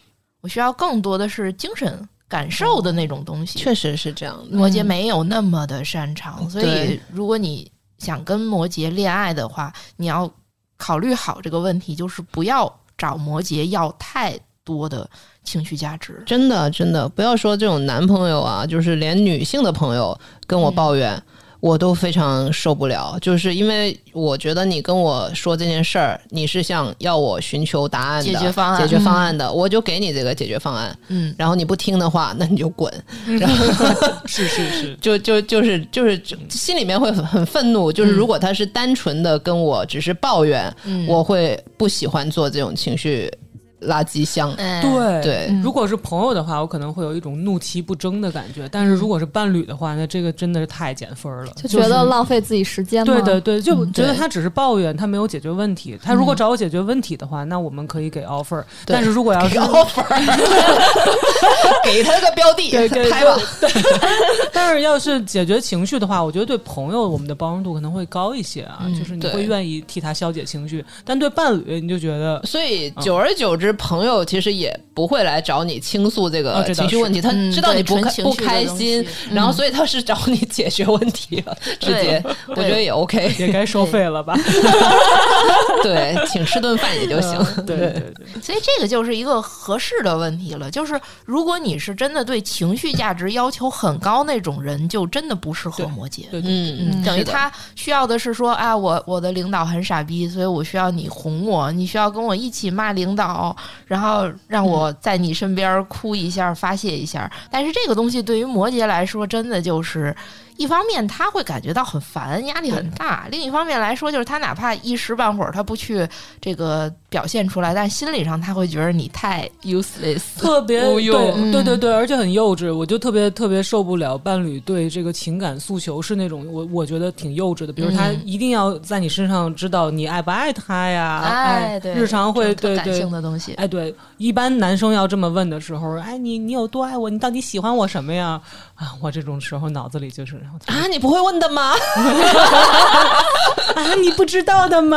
D: 我需要更多的是精神感受的那种东西。
C: 哦确实是这样的。
E: 嗯
D: 摩羯没有那么的擅长，所以
C: 对
D: 如果你想跟摩羯恋爱的话，你要考虑好这个问题，就是不要找摩羯要太多的情绪价值。
C: 真的，真的，不要说这种男朋友啊，就是连女性的朋友跟我抱
D: 嗯
C: 怨，我都非常受不了。就是因为我觉得你跟我说这件事儿，你是想要我寻求答案的
D: 解决方案
C: 解决方案的，我就给你这个解决方案。
D: 嗯，
C: 然后你不听的话，那你就滚。然后
E: 是是是，
C: 就就就是就是心里面会很很愤怒。就是如果他是单纯的跟我只是抱怨，
D: 嗯
C: 我会不喜欢做这种情绪垃圾箱。
D: 哎，
E: 对。
C: 对，嗯
E: 如果是朋友的话，我可能会有一种怒其不争的感觉；但
C: 嗯
E: 是如果是伴侣的话，那这个真的是太减分了，
F: 就觉得浪费自己时间嘛，
E: 对的，对，就觉得
C: 嗯对嗯
E: 他只是抱怨，他没有解决问题。他如果找我解决问题的话，那我们可以给 offer。但是如 果要是
C: 给他个标的
E: 对对
C: 拍吧。
E: 但是要是解决情绪的话，我觉得对朋友我们的包容度可能会高一些啊，就是你
C: 嗯对
E: 会愿意替他消解情绪，但对伴侣你就觉 得。
C: 所以
D: 嗯
C: 久而久之，朋友其实也不会来找你倾诉这
E: 哦
C: 个
E: 这倒
C: 情绪问题，他
D: 嗯
C: 知道你
D: 对
C: 不
D: 纯
C: 开
D: 情
C: 不
D: 绪的
C: 开
D: 东
C: 心
D: 西，
C: 然
E: 嗯
C: 后所以他是找你解决问题了，直接我觉得也 OK，
E: 也该收费了吧？
C: 对，请吃顿饭也就行。
E: 嗯对对对，
D: 所以这个就是一个合适的问题了。就是如果你是真的对情绪价值要求很高那种人，就真的不适合
E: 对
D: 摩羯。
E: 对
C: 嗯
D: 嗯，等于
C: 是的
D: 他需要的是说，啊，我我的领导很傻逼，所以我需要你哄我，你需要跟我一起骂领导，然后让我在你身边哭一下，发泄一下。但是这个东西对于摩羯来说，真的就是一方面他会感觉到很烦，压力很大；另一方面来说，就是他哪怕一时半会儿他不去这个表现出来，但心理上他会觉得你太 useless。
E: 特 别
D: 无用
E: 对对
D: 嗯
E: 对对，而且很幼稚，我就特别特别受不了伴侣对这个情感诉求是那种我我觉得挺幼稚的，比如他
D: 嗯
E: 一定要在你身上知道你爱不爱他呀，
D: 哎，对，
E: 日常会
D: 这种特
E: 对
D: 感
E: 对
D: 性的东西，
E: 哎，对，一般男生要这么问的时候，哎，你你有多爱我？你到底喜欢我什么呀？啊，我这种时候脑子里就是我天
C: 啊，你不会问的吗？
E: 啊，你不知道的吗？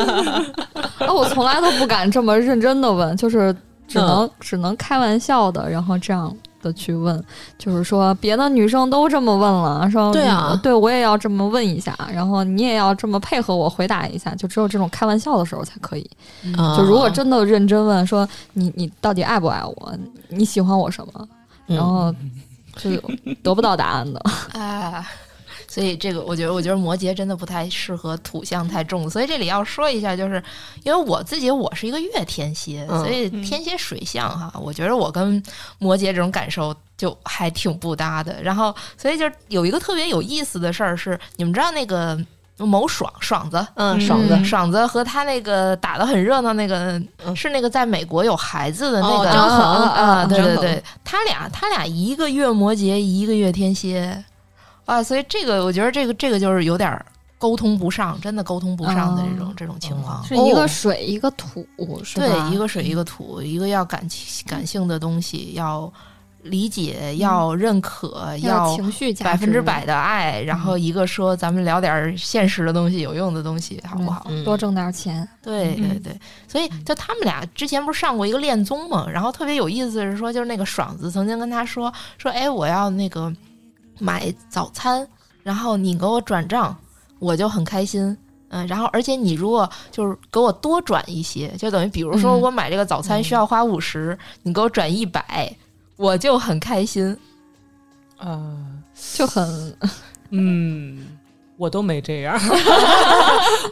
F: 啊，我从来都不敢这么认真的问，就是
D: 嗯
F: 只能、只能开玩笑的，然后这样的去问，就是说别的女生都这么问了，说
C: 对啊
F: 嗯对我也要这么问一下，然后你也要这么配合我回答一下，就只有这种开玩笑的时候才可以。
D: 嗯啊
F: 就如果真的认真问说你你到底爱不爱我，你喜欢我什么，
D: 嗯
F: 然后就得不到答案的。
D: 啊， 所以这个我觉得，我觉得摩羯真的不太适合土象太重，所以这里要说一下，就是因为我自己我是一个月天蝎，
C: 嗯
D: 所以天蝎水象哈，我觉得我跟摩羯这种感受就还挺不搭的。然后，所以就有一个特别有意思的事儿是，你们知道那个某爽爽子，
C: 嗯，爽
D: 爽
C: 子嗯
D: 子，爽子和他那个打的很热闹那个，是那个在美国有孩子的那
C: 哦
D: 个
C: 张恒
D: 啊，对
C: 张
D: 对
C: 恒
D: 对，他俩他俩一个月摩羯，一个月天蝎，啊，所以这个我觉得这个这个就是有点儿沟通不上，真的沟通不上的这种这种情况。
F: 是一个水，一哦个土，是吧？嗯
D: 对，一个水一个土，一个要感情感性的东西，要理解，要认可，
F: 嗯要
D: 要
F: 情绪价值嗯
D: 百分之百的爱，然后一个说咱们聊点儿现实的东西、有用的东西，好不好？
F: 多挣点钱。
D: 对对对，所以就他们俩之前不是上过一个恋综嘛，然后特别有意思是说，就是那个爽子曾经跟他说说，哎，我要那个买早餐，然后你给我转账，我就很开心。嗯，然后而且你如果就是给我多转一些，就等于比如说
F: 嗯
D: 我买这个早餐需要花五十、你给我转一百，我就很开心。
E: 啊，
F: 就很
E: 嗯，我都没 这样。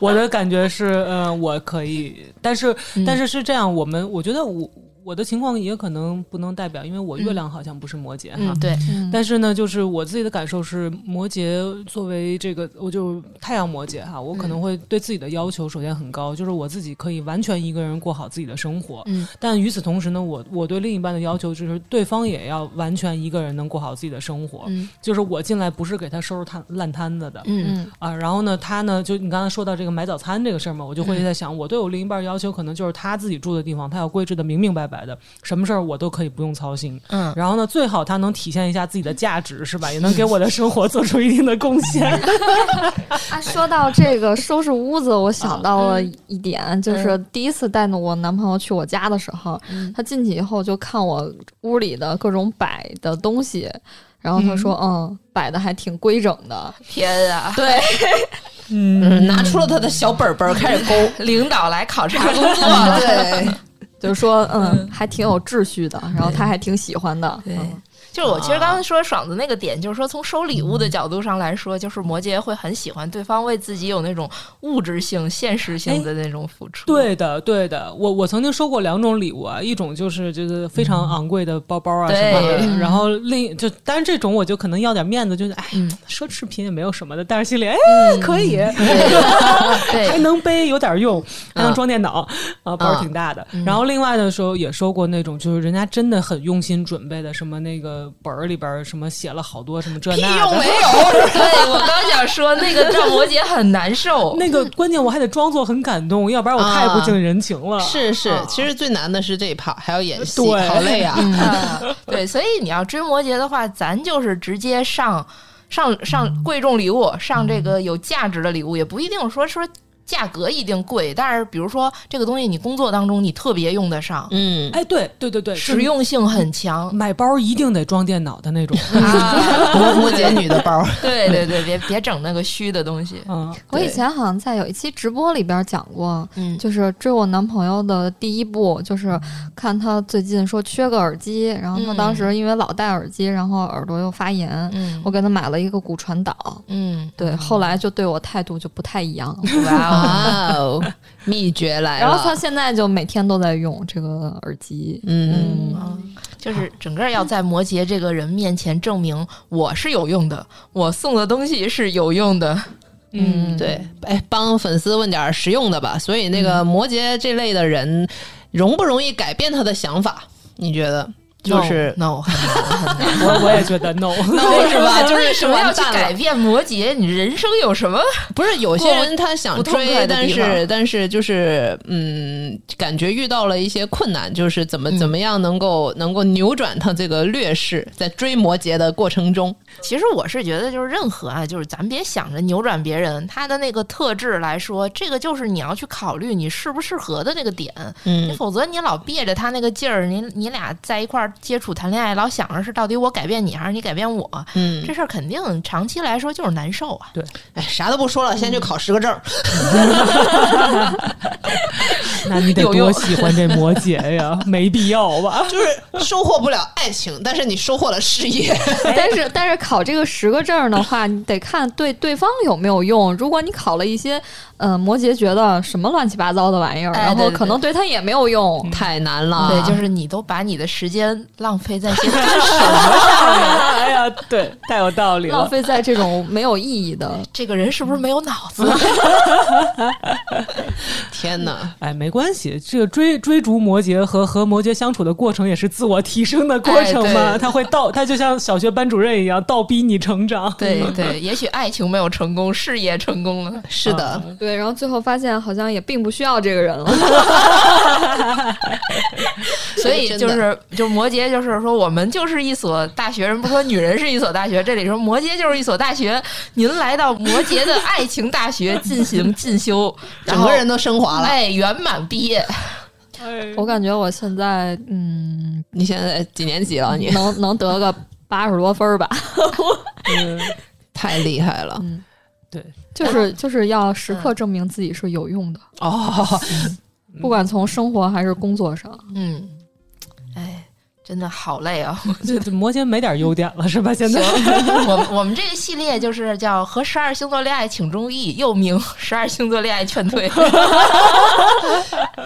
E: 我的感觉是，呃，我可以，但是
D: 嗯
E: 但是是这样，我们我觉得我我的情况也可能不能代表，因为我月亮好像不是摩羯哈。
D: 嗯，对，
E: 但是呢，就是我自己的感受是，摩羯作为这个，我就太阳摩羯
D: 嗯
E: 哈，我可能会对自己的要求首先很高，就是我自己可以完全一个人过好自己的生活。
D: 嗯，
E: 但与此同时呢，我我对另一半的要求就是，对方也要完全一个人能过好自己的生活。
D: 嗯
E: 就是我进来不是给他收拾摊烂摊子的。
D: 嗯
F: 嗯
E: 啊，然后呢，他呢，就你刚才说到这个买早餐这个事儿嘛，我
D: 嗯
E: 就会在想，我对我另一半要求可能就是他自己住的地方，他要规制的明明白白的，什么事儿我都可以不用操心。
D: 嗯，
E: 然后呢，最好他能体现一下自己的价值，是吧？也能给我的生活做出一定的贡献。
D: 嗯
F: 啊，说到这个收拾屋子，我想到了一点，就是第一次带着我男朋友去我家的时候，他进去以后就看我屋里的各种摆的东西，然后他说：“嗯，摆的还挺规整的。
D: 天啊，
C: 对，嗯，拿出了他的小本本儿开始勾，
D: 领导来考察 工作了，
C: 对，
F: 就说嗯，还挺有秩序的，然后他还挺喜欢的。
D: 对
F: 嗯
D: 就是我其
E: 啊
D: 实刚刚说爽子那个点，就是说从收礼
E: 嗯
D: 物的角度上来说，就是摩羯会很喜欢对方为自己有那种物质性、现实性的那种付出。
E: 对的，对的，我我曾经收过两种礼物啊，一种就是就是非常昂贵的包包啊
D: 对
E: 什么的，然后另就当然这种我就可能要点面子，就是哎、
D: 嗯
E: 奢侈品也没有什么的，但是心里哎、可以，
D: 对
E: 还能背，有点用，还能装电脑，啊，包
D: 嗯
E: 儿挺大的。然后另外的时候也收过那种，就是人家真的很用心准备的，什么那个本儿里边儿什么写了好多什么这那的。
D: 对，我刚想说那个让摩羯很难 受。
E: 那个关键我还得装作很感动，要不然我太不近人情了。
C: 是是，其实最难的是这一趴，还要演戏，
E: 对
C: 好累啊！
D: 嗯，对，所以你要追摩羯的话，咱就是直接上上上贵重礼物，上这个有价值的礼物，也不一定说说价格一定贵，但是比如说这个东西你工作当中你特别用得上，
C: 嗯，
E: 哎，对对对对，
D: 实用性很强
E: 就。买包一定得装电脑的那种。
D: 啊，
C: 摩摩羯女 的包，
D: 对对对，别别整那个虚的东西。
E: 嗯，
F: 我以前好像在有一期直播里边讲过，
D: 嗯
F: 就是追我男朋友的第一步，就是看他最近说缺个耳机，然后他当时因为老戴耳机，然后耳朵又发炎，
D: 嗯
F: 我给他买了一个骨传导。
D: 嗯，
F: 对，后来就对我态度就不太 一样了，
D: 哇哦，
C: 哇哦，秘诀来了。
F: 然后他现在就每天都在用这个耳机。
C: 嗯，
D: 就是整个要在摩羯这个人面前证明我是有用的，我送的东西是有用的。
E: 嗯，
C: 对，哎，帮粉丝问点儿实用的吧。所以那个
D: 嗯
C: 摩羯这类的人，容不容易改变他的想法？你觉得？就是
D: no，
E: 我我也觉得 no。
C: no 是 吧？就是
D: 什么要
C: 完
D: 去
C: 蛋了
D: 改变摩羯？你人生有什么？
C: 不是有些人他想
D: 不痛快
C: 追，
D: 的
C: 但
D: 地方
C: 是但是就是嗯，感觉遇到了一些困难，就是怎
D: 嗯
C: 么怎么样能够、能够扭转他这个劣势，在追摩羯的过程中，
D: 其实我是觉得，就是任何啊，就是咱别想着扭转别人他的那个特质来说，这个就是你要去考虑你适不适合的那个点。你
C: 嗯
D: 否则你老憋着他那个劲儿，你你俩在一块儿接触谈恋爱，老想着是到底我改变你还是你改变我，
C: 嗯
D: 这，事儿肯定长期来说就是难受啊。
C: 哎，啥都不说了，先去考十个证儿。
E: 那你得
D: 有
E: 多
D: 用
E: 喜欢这摩羯呀？没必要吧？
C: 就是收获不了爱情，但是你收获了事业。
D: 哎
F: 但是但是考这个十个证儿的话，你得看对对方有没有用。如果你考了一些，呃，摩羯觉得什么乱七八糟的玩意儿，
D: 哎
F: 然后
D: 对对嗯
F: 可能对他也没有用。
C: 太难了，
D: 对，就是你都把你的时间浪费在些
E: 哎呀，对，太有道理
F: 浪
E: 了。
F: 费在这种没有意义 的。
D: 这个人是不是没有脑子？
C: 天哪！
E: 哎，没关系，这个追追逐摩羯和和摩羯相处的过程也是自我提升的过程
D: 哎
E: 嘛。
D: 对
E: 他会倒，他就像小学班主任一样倒逼你成长。
D: 对对，也许爱情没有成功，事业成功 了。
C: 是的，
F: 对，然后 最后发现好像也并不需要这个人了。
D: 所以
C: 真的
D: 就是就摩羯就是说我们就是一所大学，人不说女人是一所大学，这里说摩羯就是一所大学。您来到摩羯的爱情大学进行进修，然
C: 整
D: 后
C: 个人都升华了。
D: 哎圆满毕业。
F: 我感觉我现在 嗯，
C: 你现在几年级了？你
F: 能能得个八十多分儿吧，
E: 嗯
C: 太厉害了
E: 对，
D: 嗯
F: 就是就是要时刻证明自己是有用的，
C: 哦！
F: 不管从生活还是工作上，
D: 嗯，哎，真的好累啊！
E: 这这摩羯没点优点了是吧？现 在
D: 我们我们这个系列就是叫和十二星座恋爱请注意，又名十二星座恋爱劝退。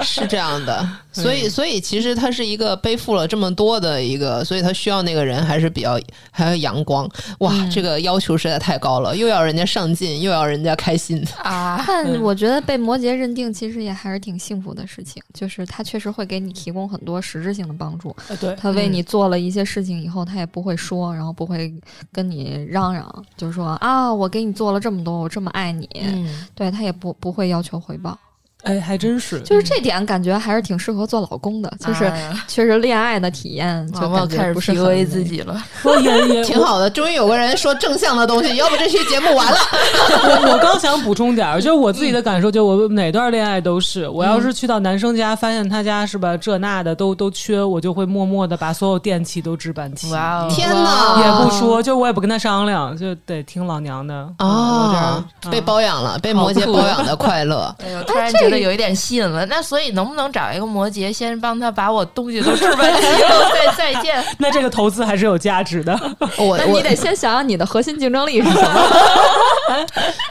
C: 是这样的，所以所以其实他是一个背负了这么多的一个，所以他需要那个人还是比较还要阳光哇，这个要求实在太高了，又要人家上进，又要人家开心。
D: 啊，
F: 但
E: 嗯
F: 我觉得被摩羯认定其实也还是挺幸福的事情，就是他确实会给你提供很多实质性的帮助。
E: 呃对，
F: 他为
D: 嗯
F: 你做了一些事情以后，他也不会说，然后不会跟你嚷嚷，就是说啊，我给你做了这么多，我这么爱你，
D: 嗯，
F: 对他也不不会要求回报。
E: 哎，还真是，
F: 就是这点感觉还是挺适合做老公的，就是
D: 啊
F: 确实恋爱的体验就
D: 毛毛开
F: 感觉
D: 始
F: 不是
D: PUA
F: 很
D: 自己了。
E: 我也也
C: 挺好的，终于有个人说正向的东西，要不这期节目完了。
E: 我我刚想补充点儿，就是我自己的感受，就我哪段恋爱都是，我要是去到男生家，发现他家是吧，这那的都都缺，我就会默默的把所有电器都置办齐。
D: 哇哦！
C: 天
E: 也
C: 哪！
E: 不说，就我也不跟他商量，就得听老娘的嗯我这样
C: 啊，
E: 嗯
C: 被包养了，被摩羯包养的快 乐。
D: 哎呦，突然觉得有一点吸引了。那所以能不能找一个摩羯，先帮他把我东西都 置办齐了，再再见？
E: 那这个投资还是有价值的。
C: 我
F: 那
C: 我
F: 你得先想想你的核心竞争力是什 么。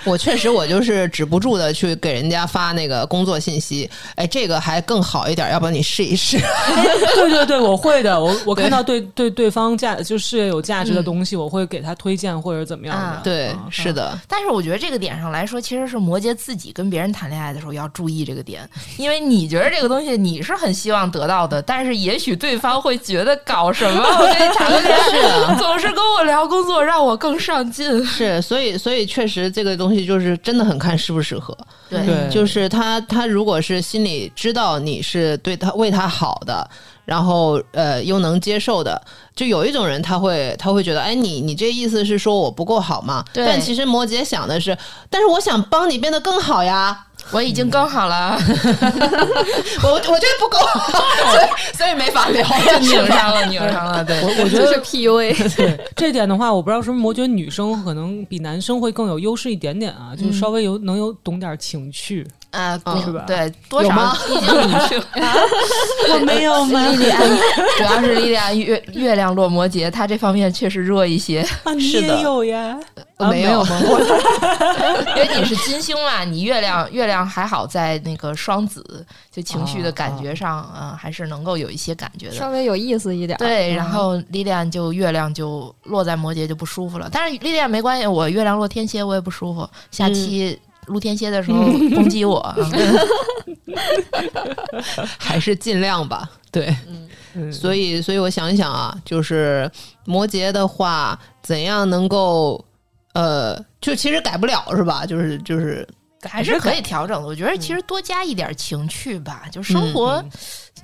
C: 我确实，我就是止不住的去给人家发那个工作信息。哎，这个还更好一点，要不然你试一试。
E: 对对对，我会的。我我看到对对对方价就事业有价值的东西，我会给他推荐或者怎么样的
D: 啊。
C: 对，是的，
D: 但是我觉得这个点上来说，其实是摩羯自己跟别人谈恋爱的时候要注意这个点，因为你觉得这个东西你是很希望得到的，但是也许对方会觉得搞什么，我跟你谈个恋爱，总是跟我聊工作，让我更上进。
C: 是，所以所以确实这个东西就是真的很看适不适合。
D: 对
E: 对，
C: 就是他他如果是心里知道你是对他为他好的，然后呃又能接受的，就有一种人他会他会觉得，哎，你你这意思是说我不够好吗？
D: 对
C: 但其实摩羯想的是，但是我想帮你变得更好呀，
D: 我已经更好了，
C: 我我觉得不够 好，所以所以没法聊了，
D: 拧上了，拧上了，对。
E: 我觉
F: 就是
E: 得
F: PUA，
E: 对这点的话，我不知道是不是摩羯女生可能比男生会更有优势一点点啊，就是稍微有能有懂点情趣。
D: 啊，
E: 是吧
D: 对，多
C: 有
D: 少
C: 吗
D: 毕竟你是，
E: 我没有 吗？
D: 主要是莉莉安月月亮落摩羯，她这方面确实弱一些，
E: 啊，你
C: 是的
E: 也有呀？
C: 呃
E: 啊
C: 没有
E: 有吗？我
D: 因为你是金星嘛，你月亮月亮还好在那个双子，就情绪的感觉上，嗯、还是能够有一些感觉的。
F: 稍微有意思一点。
D: 对，然后莉莉安就月亮就落在摩羯就不舒服了，但是莉莉安没关系，我月亮落天蝎我也不舒服。下期录天蝎的时候攻击我， 啊
C: 还是尽量吧，对。
E: 嗯
C: 所以，所以我想一想啊，就是摩羯的话，怎样能够，呃，就其实改不了是吧？就是就是，
D: 还是可以调整的。我觉得其实多加一点情趣吧，就生活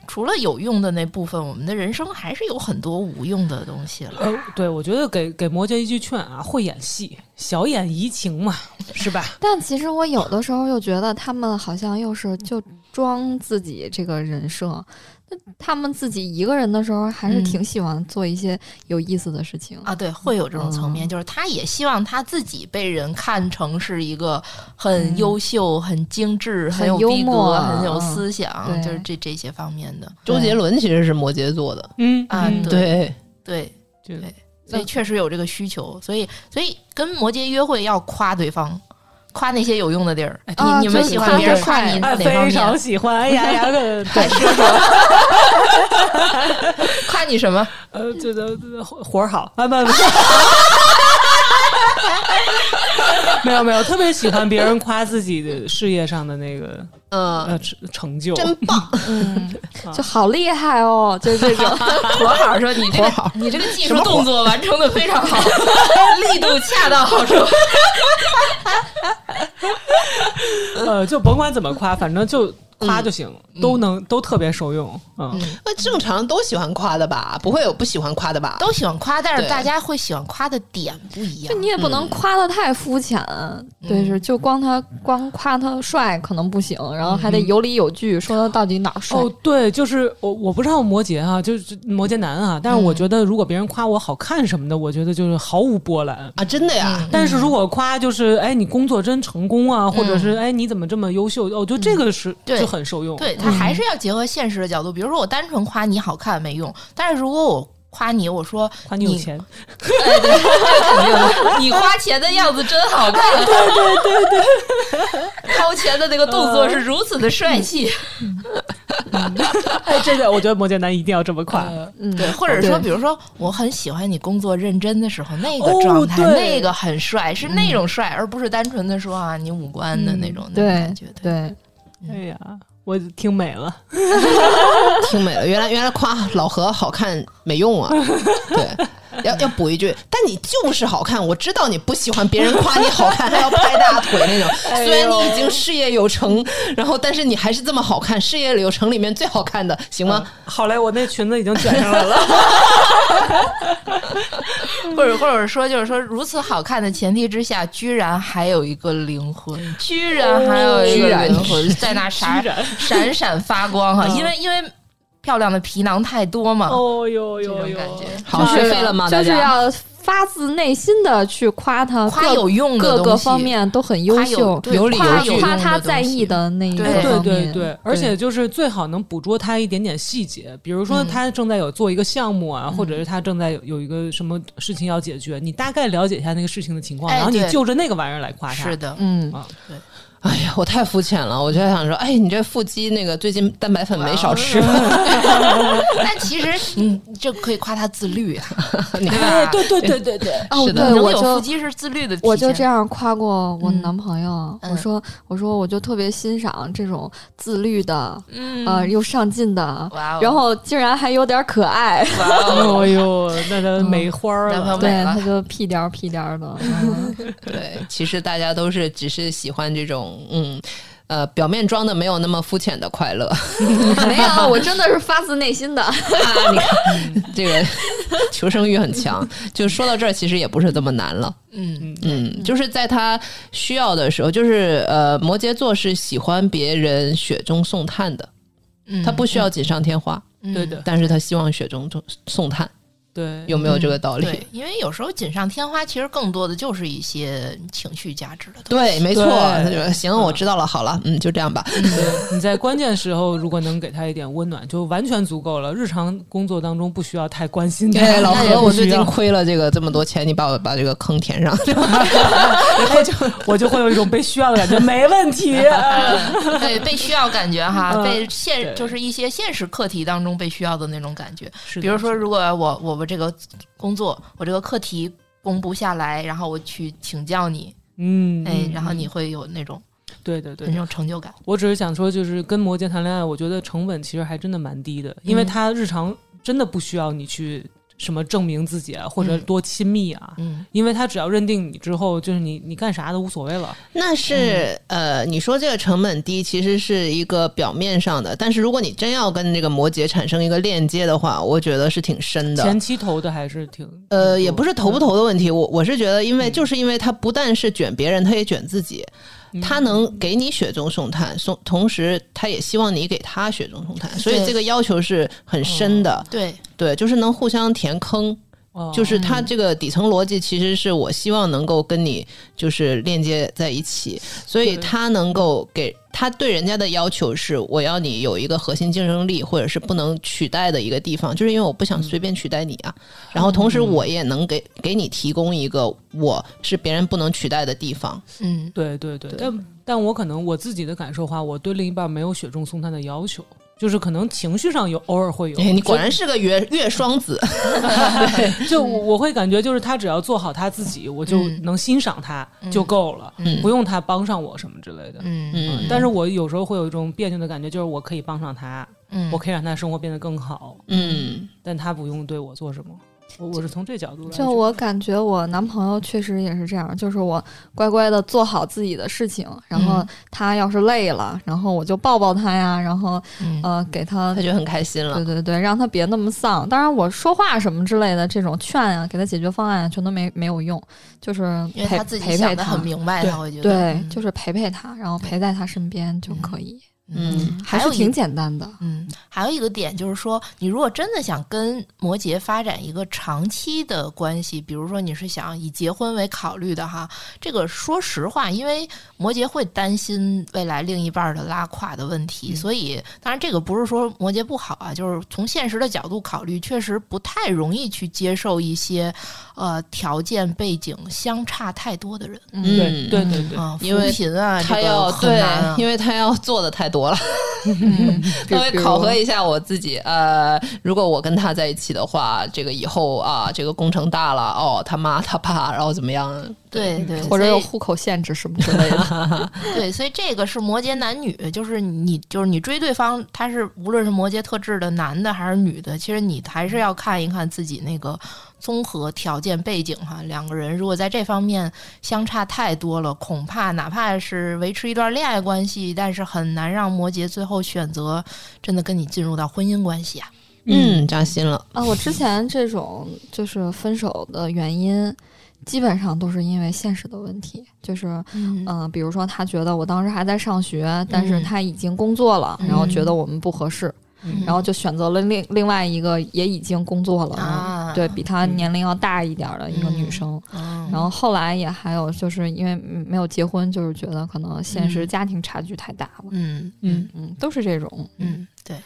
D: 除了有用的那部分，我们的人生还是有很多无用的东西了。
E: 呃对，我觉得给给摩羯一句劝啊，会演戏，小演怡情嘛，是吧？
F: 但其实我有的时候又觉得他们好像又是就装自己这个人设。那他们自己一个人的时候，还是挺喜欢做一些有意思的事情。
D: 啊，对，会有这种层面，就是他也希望他自己被人看成是一个很优秀、很精致、嗯很嗯
F: 很
D: 有
F: 幽
D: 逼
F: 默
D: 格、
F: 啊
D: 很有思想，
F: 对
D: 就是这这些方面的。
C: 周杰伦其实是摩羯座的，
E: 嗯
D: 啊
E: 嗯
D: 对
C: 对，
D: 对，
E: 对
D: 对所以确实有这个需求，所以所以跟摩羯约会要夸对方，夸那些有用的地儿。你
F: 啊
D: 你们
F: 就是
D: 喜欢别人
F: 夸
D: 夸
F: 他
D: 你
F: 帅
D: 哪
E: 哎，
D: 方面？
E: 非常喜欢，哎呀呀，个对，
D: 夸你什么？
E: 呃，这个这个活活儿好，啊不 不，没有没有，特别喜欢别人夸自己的事业上的那个
C: 嗯、
E: 呃成成就，
C: 真棒，
F: 嗯，就好厉害哦，就这种。
D: 活好 说你这
C: 活
D: 个
C: 好
D: 你这个技术动作完成的非常 好，力度恰到好处。
E: 呃，就甭管怎么夸，反正就
D: 嗯
E: 夸就行，都能都特别受用。嗯，
C: 那正常都喜欢夸的吧？不会有不喜欢夸的吧？
D: 都喜欢夸，但是
C: 对
D: 大家会喜欢夸的点不一样
F: 就。你也不能夸的太肤浅，对，是就光他光夸他帅可能不行，然后还得有理有据，说他到底哪儿帅。
E: 哦，对，就是我我不知道摩羯哈、就是摩羯男啊，但是我
D: 嗯
E: 觉得如果别人夸我好看什么的，我觉得就是毫无波澜。
C: 啊，真的
F: 嗯
C: 呀？
E: 但是
D: 嗯
E: 如果夸就是哎，你工作真成功啊，或者是哎你怎么这么优秀，我觉得这个是
D: 嗯对
E: 就很受用。
D: 对他还是要结合现实的角度，比如说我单纯夸你好看没用，但是如果我夸你，我说
E: 夸你有钱，
D: 你花钱的样子真好看，对对对对，掏钱的那个动作是如此的帅气，
E: 哎，这个我觉得摩羯男一定要这 么夸。
D: 呃
F: 嗯，
D: 对，或者说，
F: 对
D: 比如说我很喜欢你工作认真的时候那个
E: 哦
D: 状态，
E: 对
D: 那个很帅，是那种帅，而不是单纯的说啊你五官的那种那种
F: 嗯对
D: 感觉，对，
F: 对，
E: 哎呀，我听美了。
C: 听美了，原来原来夸老何好看没 用啊，对。要要补一句，但你就是好看，我知道你不喜欢别人夸你好看，还要拍大腿那 种。
F: 哎
C: 虽然你已经事业有成，然后但是你还是这么好看，事业有成里面最好看的，行
F: 嗯
C: 吗？
E: 嗯好嘞，我那裙子已经卷上 来了。
D: 或者或者说就是说如此好看的前提之下，居然还有一个灵魂，哦居然还有一个
C: 居然
D: 灵魂在 那闪
E: 居然
D: 闪闪发光哈，因为因为漂亮的皮囊太多嘛，
E: 哦呦
D: 这
E: 呦
D: 种
E: 呦
D: 感！觉。
C: 好，哦学费了吗？
F: 就
C: 大
F: 是啊
C: 家
F: 要发自内心的去夸他，
D: 夸
F: 各
D: 有用的
F: 各个
D: 东西
F: 方面都很优
D: 夸
F: 秀，
D: 对
C: 有理
D: 夸
C: 有据
D: 用
F: 夸他
D: 的东
F: 在
D: 西
F: 意的那一个
D: 对
E: 对
F: 方
E: 哎对
F: 面，
E: 对，而且就是最好能捕捉他一点点细节，比如说他正在有做一个项目啊，或者是他正在有有一个什么事情要解决，你大概了解一下那个事情的情况，
D: 哎
E: 然后你
D: 对
E: 就着那个玩意儿来夸他。
D: 是，的，
F: 嗯，
E: 啊，
C: 哎呀，我太肤浅了，我就想说，哎，你这腹肌那个最近蛋白粉没少 吃，
F: 啊
D: 但其实你这可以夸他自律 啊，
C: 你
D: 对
E: 哎
D: 吧，？
E: 对对对对对，
F: 哦，
C: 是的
F: 对，
D: 能
F: 我
D: 有
F: 就
D: 腹肌是自律的体现，
F: 我就这样夸过我
D: 嗯
F: 男朋友，
D: 嗯
F: 我说我说我就特别欣赏这种自律的，
D: 嗯
F: 呃，又上进的，
D: 哇哦
F: 然后竟然还有点可爱，
D: 哇哦
E: 哎呦，那他没花儿
D: 男朋友
E: 了。
D: 美
F: 对，
D: 了
F: 他就屁颠儿屁颠儿的，嗯
C: 对，其实大家都是只是喜欢这种，嗯，呃，表面装的没有那么肤浅的快乐。
F: 嗯没有，我真的是发自内心 的，
C: 啊，你看这个求生欲很强。就说到这儿，其实也不是这么难了。
D: 嗯
C: 嗯，就是在他需要的时候，就是呃，摩羯座是喜欢别人雪中送炭的，
D: 嗯，
C: 他不需要锦上添花，
D: 嗯
E: 对的，
C: 但是他希望雪中送送炭，
E: 对，
C: 有没有这个道理？
D: 嗯对，因为有时候锦上添花，其实更多的就是一些情绪价值的东
C: 对，没错。
E: 对
C: 他就说行，我知道了，好了，嗯，就这样吧。
E: 对你在关键时候如果能给他一点温暖，就完全足够了。日常工作当中不需要太关心他。
C: 哎，老
E: 那也
C: 何，
E: 不
C: 我最
E: 需
C: 近
E: 要
C: 亏了这个这么多钱，你把我把这个坑填上。
E: 我哎就会有一种被需要的感觉，没问题。
D: 西，呃对，被需要感觉哈，
E: 嗯
D: 被
E: 对
D: 现就是一些现实课题当中被需要的那种感觉。
E: 是的
D: 比如说，如果我我我这个工作，我这个课题公布下来，然后我去请教你，
E: 嗯，
D: 哎，然后你会有那种
E: 对对对
C: 嗯
D: 那，种成就感。
E: 我只是想说，就是跟摩羯谈恋爱，我觉得成本其实还真的蛮低的，
C: 嗯
E: 因为他日常真的不需要你去什么证明自己啊，或者多亲密啊，
D: 嗯，
E: 因为他只要认定你之后，就是你你干啥都无所谓了。
C: 那是、呃，你说这个成本低，其实是一个表面上的，但是如果你真要跟这个摩羯产生一个链接的话，我觉得是挺深的
E: 前。嗯期投的还是挺
C: 呃，也不是投不
E: 投，
C: 投的问题，我我是觉得，因为就是因为他不但是卷别人，他也卷自己，他能给你雪中送炭，送同时他也希望你给他雪中送炭，所以
D: 对哦
C: 这个要求是很深的，
D: 对，
C: 对，就是能互相填坑。
E: 哦
C: 就是它这个底层逻辑，其实是我希望能够跟你就是链接在一起，所以
E: 对
C: 他能够给他对人家的要求是，我要你有一个核心竞争力，或者是不能取代的一个地方，就是因为我不想随便取代你啊。然后同时我也能给给你提供一个我是别人不能取代的地方。
D: 嗯，
E: 对对对，但但我可能我自己的感受的话，我对另一半没有雪中送炭的要求，就是可能情绪上有偶尔会有。
C: 哎，你果然是个月月双子，
E: 就我我会感觉，就是他只要做好他自己，我就
D: 嗯
E: 能欣赏他就够了，
C: 嗯
E: 不用他帮上我什么之类的。
D: 嗯
C: 嗯，
E: 但是我有时候会有一种别扭的感觉，就是我可以帮上他，
D: 嗯
E: 我可以让他生活变得更好，
C: 嗯。
E: 但他不用对我做什么。我我是从这角度来觉得，
F: 就我感觉我男朋友确实也是这样，就是我乖乖的做好自己的事情，然后
D: 嗯
F: 他要是累了，然后我就抱抱他呀，然后
D: 嗯
F: 呃给他
C: 他就很开心了
F: 对。对对，让他别那么丧。当然，我说话什么之类的这种劝啊，给他解决方案啊，全都没没有用，就是
D: 因为
F: 陪
D: 他自己
F: 陪陪
D: 想的
F: 他
D: 很明白，
E: 对
D: 他会觉得
F: 对，
D: 嗯
F: 就是陪陪他，然后陪在他身边就可以，
C: 嗯，
F: 还
D: 有
F: 是
D: 一
F: 挺简单的。
D: 嗯，还有一个点就是说，你如果真的想跟摩羯发展一个长期的关系，比如说你是想以结婚为考虑的哈，这个说实话，因为摩羯会担心未来另一半的拉胯的问题，
C: 嗯
D: 所以当然这个不是说摩羯不好啊，就是从现实的角度考虑，确实不太容易去接受一些呃条件背景相差太多的人
C: 嗯
E: 对对对对，
D: 啊，
C: 因为
D: 扶贫啊，
C: 他
D: 这个
C: 要
D: 很难啊
C: 对，因为他要做的太多了，
F: 比
C: 他会
F: 比如
C: 考核一下我自己。呃，如果我跟他在一起的话，这个以后啊，这个工程大了，哦，他妈他爸，然后怎么样？
D: 对对，
F: 或
D: 所
F: 者有
D: 以
F: 户口限制什么 之类的，
D: 对，所以这个是摩羯男女，就是你就是你追对方，他是无论是摩羯特质的男的还是女的，其实你还是要看一看自己那个综合条件背景哈。两个人如果在这方面相差太多了，恐怕哪怕是维持一段恋爱关系，但是很难让摩羯最后选择真的跟你进入到婚姻关系啊。
C: 嗯，扎心了。
F: 啊，我之前这种就是分手的原因，基本上都是因为现实的问题，就是
D: 嗯
F: 嗯、比如说他觉得我当时还在上学，但是
D: 嗯
F: 他已经工作了，然后觉
D: 嗯
F: 得我们不合适，然后就选择了另另外一个也已经工作了，
D: 啊
F: 对比他年龄要大一点儿的一个女生。
D: 嗯
F: 然后后来也还有，就是因为没有结婚，就是觉得可能现实
D: 嗯
F: 家庭差距太大了。
D: 嗯
E: 嗯
D: 嗯
F: 嗯，都是这种。
D: 嗯，对，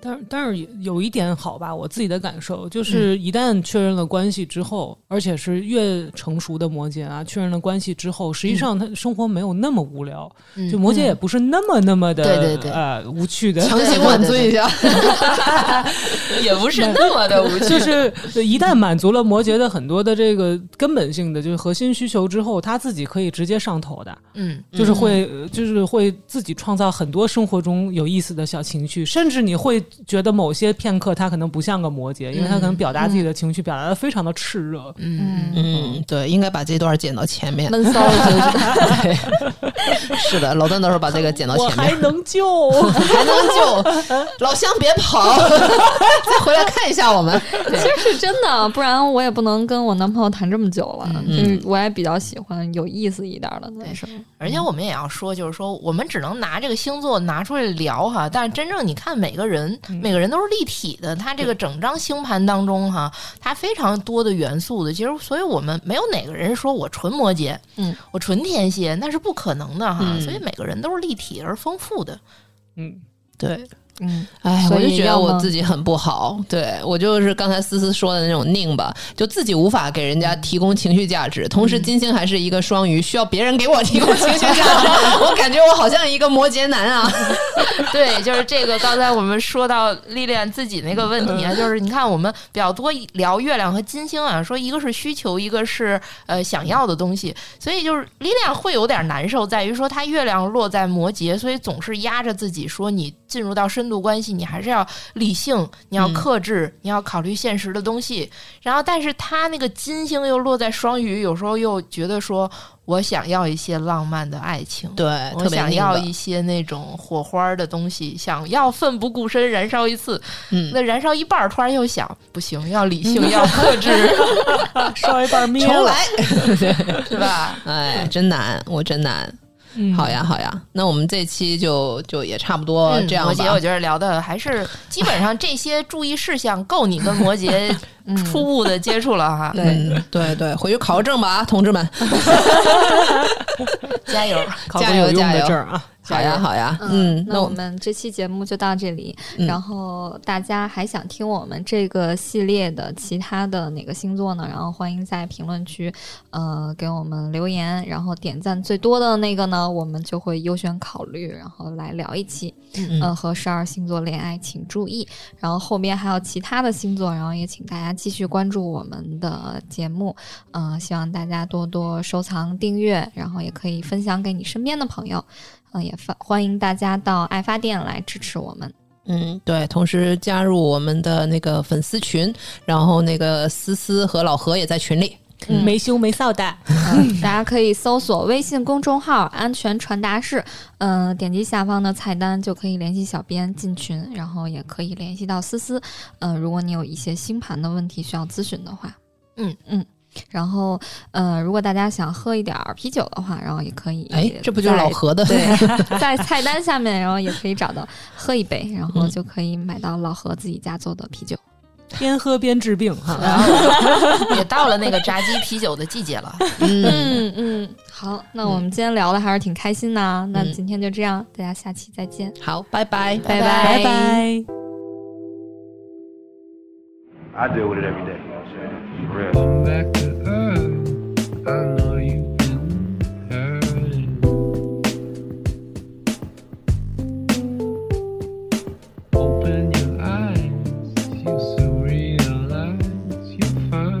E: 但是但是有一点好吧，我自己的感受就是，一旦确认了关系之后，而且是越成熟的摩羯啊，确认了关系之后，实际上他生活没有那么无聊，
D: 嗯
E: 就摩羯也不是那么那么的、
D: 对对对
E: 呃无趣的，
C: 强行满足一下，嗯 也不是那么的无 趣。
E: 就是 一旦满足了摩羯的很多的这个根本性的就是核心需求之后，他自己可以直接上头的，
D: 嗯
E: 就是会、呃就是会自己创造很多生活中有意思的小情趣，甚至你会觉得某些片刻他可能不像个摩羯，因为他可能表达自己的情绪、表达的非常的炽热。
D: 嗯
C: 嗯，对，应该把这段剪到前面。
F: 闷骚的就是
C: 是的，老段到时候把这个剪到
E: 我
C: 前
E: 还
C: 面，
E: 能 救，
C: 还能救老乡别 跑，再回来看一下我们。
F: 其实是真的，不然我也不能跟我男朋友谈这么久了。就是我也比较喜欢有意思一点儿的男生。
D: 而且我们也要说，就是说，我们只能拿这个星座拿出来聊哈，但是真正你看每个人，每个人都是立体的，他这个整张星盘当中哈，它非常多的元素的。其实，所以我们没有哪个人说我纯摩羯，
F: 嗯，
D: 我纯天蝎，那是不可能的哈。
C: 嗯
D: 所以每个人都是立体而丰富的。
E: 嗯，
C: 对，
F: 嗯，
C: 哎，
F: 所
C: 我就
F: 以
C: 觉得
F: 要
C: 我
F: 么
C: 自己很不好，对我就是刚才思思说的那种拧吧，就自己无法给人家提供情绪价值，同时金星还是一个双鱼，需要别人给我提供情绪价值，我感觉我好像一个摩羯男啊。
D: 对，就是这个。刚才我们说到历练自己那个问题啊，就是你看我们比较多聊月亮和金星啊，说一个是需求，一个是呃想要的东西，所以就是历练会有点难受，在于说它月亮落在摩羯，所以总是压着自己说你进入到深度关系，你还是要理性，你要克制，你要考虑现实的东西。然后，但是他那个金星又落在双鱼，有时候又觉得说我想要一些浪漫的爱情，
C: 对，
D: 我
C: 特别
D: 想
C: 拧
D: 要
C: 巴
D: 一些那种火花儿的东西，想要奋不顾身燃烧一次，
C: 嗯
D: 那燃烧一半儿，突然又想不行，要理性，要克 制，
E: 烧一半灭
C: 重
E: 了。
C: 来，
D: 是吧？
C: 哎，真难，我真难。
E: 嗯
C: 好，呀，好呀，那我们这期就就也差不多
D: 嗯
C: 哦这样吧。
D: 摩羯，我觉得聊的还是 基本上这些注意事项够你跟摩羯初步的接触了哈，
C: 嗯，对对，回去考个证吧，啊，同志们！
D: 加油！
E: 考个
C: 加油
E: 有用
C: 加
E: 的
C: 油
E: 证儿啊！
C: 好呀，好呀，
F: 嗯
C: 嗯，，
F: 那我
C: 我
F: 们这期节目就到这里。
C: 嗯
F: 然后大家还想听我们这个系列的其他的哪个星座呢？然后欢迎在评论区呃给我们留言，然后点赞最多的那个呢，我们就会优选考虑，然后来聊一期。
C: 嗯
F: 呃，和十二星座恋爱请注意。然后后面还有其他的星座，然后也请大家继续关注我们的节目。呃，希望大家多多收藏、订阅，然后也可以 分享给你身边的朋友。嗯、也发欢迎大家到爱发电来支持我们。
C: 嗯，对，同时加入我们的那个粉丝群，然后那个思思和老何也在群里。
E: 没羞没臊的。
F: 嗯大家可以搜索微信公众号“安全传达室”，嗯、点击下方的菜单就可以联系小编进群，然后也可以联系到思思。嗯、如果你有一些星盘的问题需要咨询的话，
D: 嗯
F: 嗯。然后，呃，如果大家想喝一点儿啤酒的话，然后也可以在。
C: 哎，这不就是老何的？
F: 对，在菜单下面，然后也可以找到喝一杯，然后
C: 嗯
F: 就可以买到老何自己家做的啤酒。
E: 边喝边治病哈。
D: 然后也到了那个炸鸡啤酒的季节了，
C: 嗯，
F: 嗯嗯，好，那我们今天聊的还是挺开心的啊。那
C: 嗯
F: 今天就这样，大家下期再见，
C: 好，拜拜。
F: 拜
E: 拜
C: 哎
E: 拜。
B: I deal with it every day, you know what I'm saying? For real.
H: back to earth. I know you've been hurting. Open your eyes, you soon realize you're fine.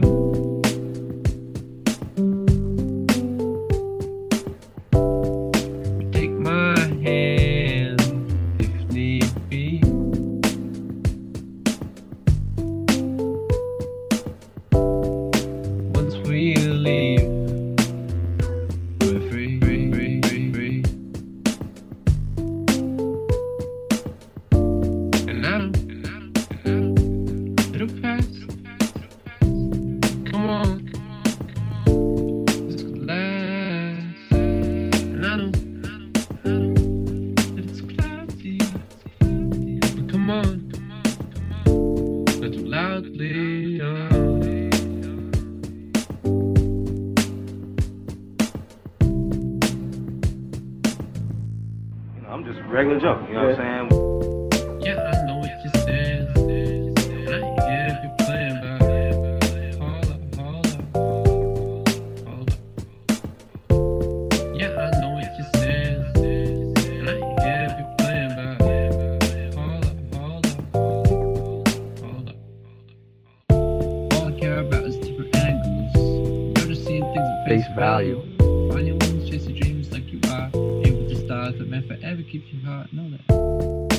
H: Take my hand if need be. Once we leave, we're free. free, free, free, free. And I don't, and I don't, and I don't. It'll pass. Come on. This could last. And I don't, and I don't, and I don't. It's cloudy. But come on. Not too loudly. oh.
B: You know, I'm just regular Joe, you know what I'm saying?
H: Yeah, I know what you're saying. And I hear you playing, but hold up, hold up, hold up. Yeah, I know what you're saying. And I hear you playing, but hold up, hold up, hold up, hold up. All I care about is different angles. You're just seeing things at face value. All you want is chase your dreams like you are. Able to stars that may forever keep you hot. Know that.